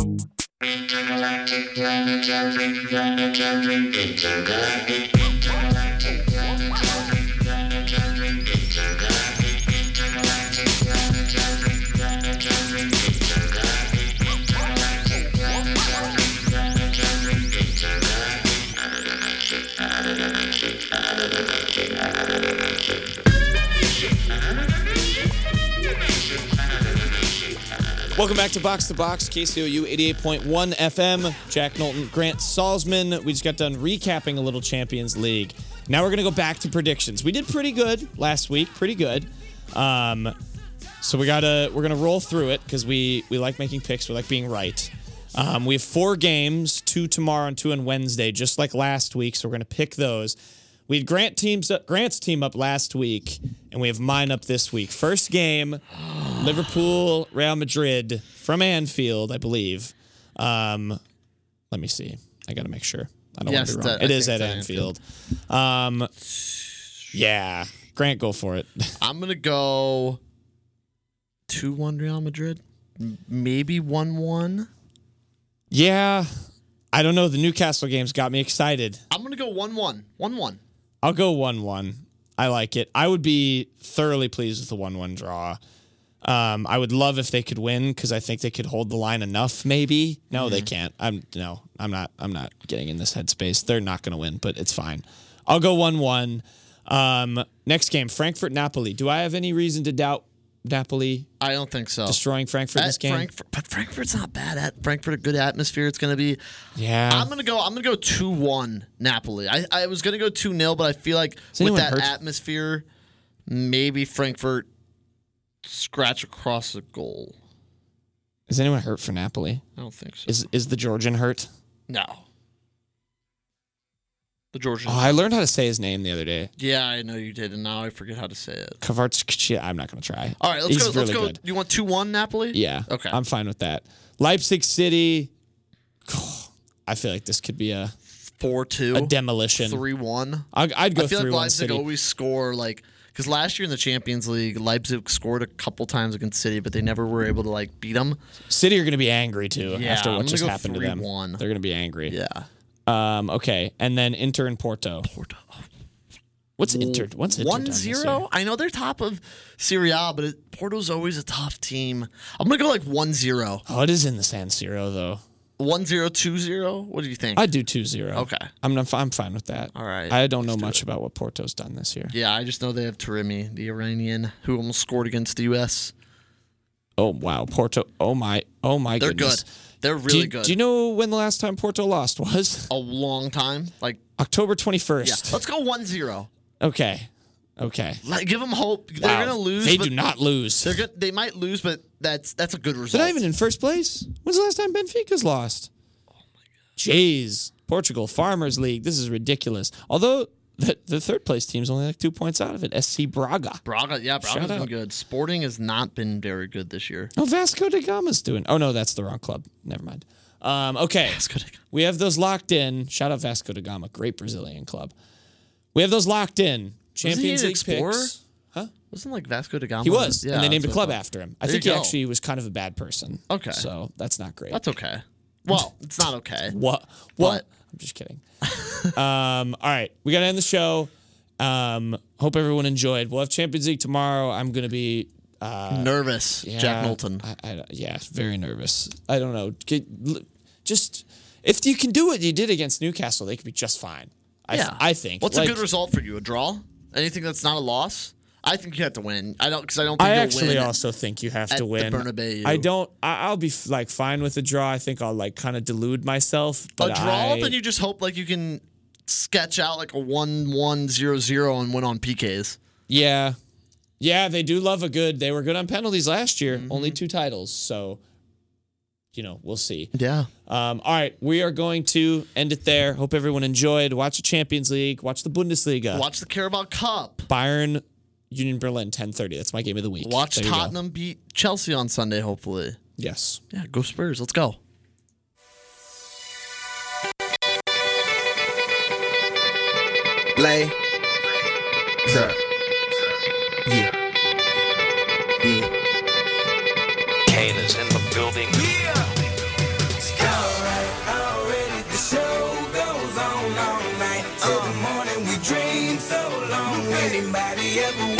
Speaker 1: Welcome back to Box to Box, KCOU 88.1 FM. Jack Knowlton, Grant Salzman. We just got done recapping a little Champions League Now we're going to go back to predictions. We did pretty good last week, pretty good. Um, so we gotta we're gonna roll through it because we we like making picks. We like being right. Um, we have four games, two tomorrow and two on Wednesday, just like last week. So we're gonna pick those. We had Grant teams up, Grant's team up last week, and we have mine up this week. First game, Liverpool Real Madrid from Anfield, I believe. Um, let me see. I gotta make sure. I don't
Speaker 2: Yes,
Speaker 1: want to be wrong.
Speaker 2: that- I
Speaker 1: it is
Speaker 2: think
Speaker 1: at
Speaker 2: it's at
Speaker 1: Anfield. Um, yeah, Grant, go for it.
Speaker 2: I'm gonna go two one Real Madrid, M- maybe one one.
Speaker 1: Yeah. I don't know. The Newcastle games got me excited.
Speaker 2: I'm gonna go one one one one.
Speaker 1: I'll go 1 1. I like it. I would be thoroughly pleased with the 1 1 draw. Um, I would love if they could win because I think they could hold the line enough. Maybe no,
Speaker 2: Mm-hmm.
Speaker 1: they can't. I'm no, I'm not. I'm not getting in this headspace. They're not going to win, but it's fine. I'll go one-one. Um, next game, Frankfurt Napoli. Do I have any reason to doubt Napoli
Speaker 2: I don't think so.
Speaker 1: destroying Frankfurt
Speaker 2: At
Speaker 1: this game?
Speaker 2: Frankfurt, but Frankfurt's not bad at Frankfurt. A good atmosphere. It's gonna be.
Speaker 1: yeah,
Speaker 2: I'm gonna go. I'm gonna go two one Napoli. I, I was gonna go two 0 but I feel like with
Speaker 1: anyone
Speaker 2: that
Speaker 1: hurt?
Speaker 2: atmosphere, maybe Frankfurt scratch across the goal.
Speaker 1: is anyone hurt for Napoli?
Speaker 2: I don't think so.
Speaker 1: Is is the Georgian hurt?
Speaker 2: no. The Georgian.
Speaker 1: Oh, I learned how to say his name the other day.
Speaker 2: yeah, I know you did, and now I forget how to say it.
Speaker 1: Kvartskhelia. I'm not going to try.
Speaker 2: All right, let's
Speaker 1: He's
Speaker 2: go. Let's
Speaker 1: really
Speaker 2: go.
Speaker 1: good.
Speaker 2: You want two one Napoli?
Speaker 1: Yeah.
Speaker 2: Okay.
Speaker 1: I'm fine with that. Leipzig City. I feel like this could be a,
Speaker 2: four two.
Speaker 1: a demolition.
Speaker 2: Three one.
Speaker 1: I'd, I'd go
Speaker 2: I feel
Speaker 1: three
Speaker 2: like
Speaker 1: one
Speaker 2: Leipzig
Speaker 1: City.
Speaker 2: always score like because last year in the Champions League, Leipzig scored a couple times against City, but they never were able to like beat them.
Speaker 1: City are going to be angry too
Speaker 2: Yeah,
Speaker 1: after
Speaker 2: I'm
Speaker 1: what
Speaker 2: gonna
Speaker 1: just
Speaker 2: go
Speaker 1: happened to them.
Speaker 2: 3-1.
Speaker 1: They're going to be angry.
Speaker 2: Yeah,
Speaker 1: Um. Okay. And then Inter and Porto.
Speaker 2: Porto.
Speaker 1: What's Inter? What's Inter? done
Speaker 2: one
Speaker 1: this
Speaker 2: zero.
Speaker 1: year?
Speaker 2: I know they're top of Serie A, but it, Porto's always a tough team. I'm gonna go like one zero.
Speaker 1: Oh, it is in the San Siro though.
Speaker 2: One zero two zero. What do you think?
Speaker 1: I do 2-0.
Speaker 2: Okay.
Speaker 1: I'm not, I'm fine with that.
Speaker 2: All right,
Speaker 1: I don't know much about what Porto's done this year.
Speaker 2: yeah, I just know they have Taremi, the Iranian, who almost scored against the U.S.
Speaker 1: Oh wow, Porto. Oh my. Oh my
Speaker 2: They're
Speaker 1: goodness.
Speaker 2: good. They're
Speaker 1: Do
Speaker 2: really
Speaker 1: you,
Speaker 2: good.
Speaker 1: do you know when the last time Porto lost was?
Speaker 2: a long time? Like,
Speaker 1: October
Speaker 2: yeah.
Speaker 1: 21st.
Speaker 2: Let's go one zero.
Speaker 1: Okay. Okay.
Speaker 2: Like, give them hope. They're
Speaker 1: Wow.
Speaker 2: gonna lose.
Speaker 1: They
Speaker 2: but
Speaker 1: do not lose.
Speaker 2: They're
Speaker 1: They're,
Speaker 2: good. They might lose, but that's that's a good result.
Speaker 1: not even in first place. When's the last time Benfica's lost?
Speaker 2: Oh
Speaker 1: Jeez. Portugal Farmers League. This is ridiculous. Although the, the third place team's only like two points out of it. SC Braga.
Speaker 2: Braga, yeah, Braga's
Speaker 1: Shout
Speaker 2: been
Speaker 1: out.
Speaker 2: good. Sporting has not been very good this year.
Speaker 1: Oh, Vasco da Gama's doing. Oh no, that's the wrong club. Never mind. Um, okay. We have those locked in. Shout out Vasco da Gama, great Brazilian club. We have those locked in. Champions
Speaker 2: an
Speaker 1: League
Speaker 2: explorer?
Speaker 1: picks.
Speaker 2: Wasn't like Vasco da Gama.
Speaker 1: He was,
Speaker 2: yeah,
Speaker 1: and they named a
Speaker 2: that's
Speaker 1: club
Speaker 2: what I
Speaker 1: after him. I
Speaker 2: There
Speaker 1: think he
Speaker 2: you go.
Speaker 1: actually was kind of a bad person.
Speaker 2: Okay.
Speaker 1: so that's not great.
Speaker 2: thought. That's okay. Well, it's not okay.
Speaker 1: What? What? I'm just kidding. um, all right, we gotta end the show. Um, hope everyone enjoyed. We'll have Champions League tomorrow. I'm gonna be. Uh,
Speaker 2: Nervous,
Speaker 1: yeah,
Speaker 2: Jack Knowlton.
Speaker 1: I, I, yeah, very nervous. I don't know. Get- l- Just if you can do what you did against Newcastle, they could be just fine. I,
Speaker 2: yeah,
Speaker 1: I think.
Speaker 2: What's
Speaker 1: Like,
Speaker 2: a good result for you? A draw? Anything that's not a loss? I think you have to win. I don't because I don't. Think
Speaker 1: I
Speaker 2: you'll
Speaker 1: actually
Speaker 2: win.
Speaker 1: also think you have
Speaker 2: at
Speaker 1: to
Speaker 2: the
Speaker 1: win.
Speaker 2: Bernabeu.
Speaker 1: I don't. I, I'll be f- like fine with a draw. I think I'll like kind of delude myself.
Speaker 2: a
Speaker 1: But
Speaker 2: draw.
Speaker 1: I,
Speaker 2: Then you just hope like you can sketch out like a one one zero zero and win on PKs.
Speaker 1: Yeah. Yeah, they do love a good. They were good on penalties last year. Only two titles. So, you know, we'll see.
Speaker 2: Yeah.
Speaker 1: Um, all right. We are going to end it there. Hope everyone enjoyed. Watch the Champions League. Watch the Bundesliga.
Speaker 2: Watch the Carabao Cup.
Speaker 1: Bayern Union Berlin 10:30. That's my game of the week.
Speaker 2: Watch
Speaker 1: There you go.
Speaker 2: Tottenham beat Chelsea on Sunday, hopefully.
Speaker 1: Yes.
Speaker 2: Yeah, go Spurs. Let's go.
Speaker 3: Lay. Zap. Yeah. Yeah.
Speaker 8: Kane is in the building.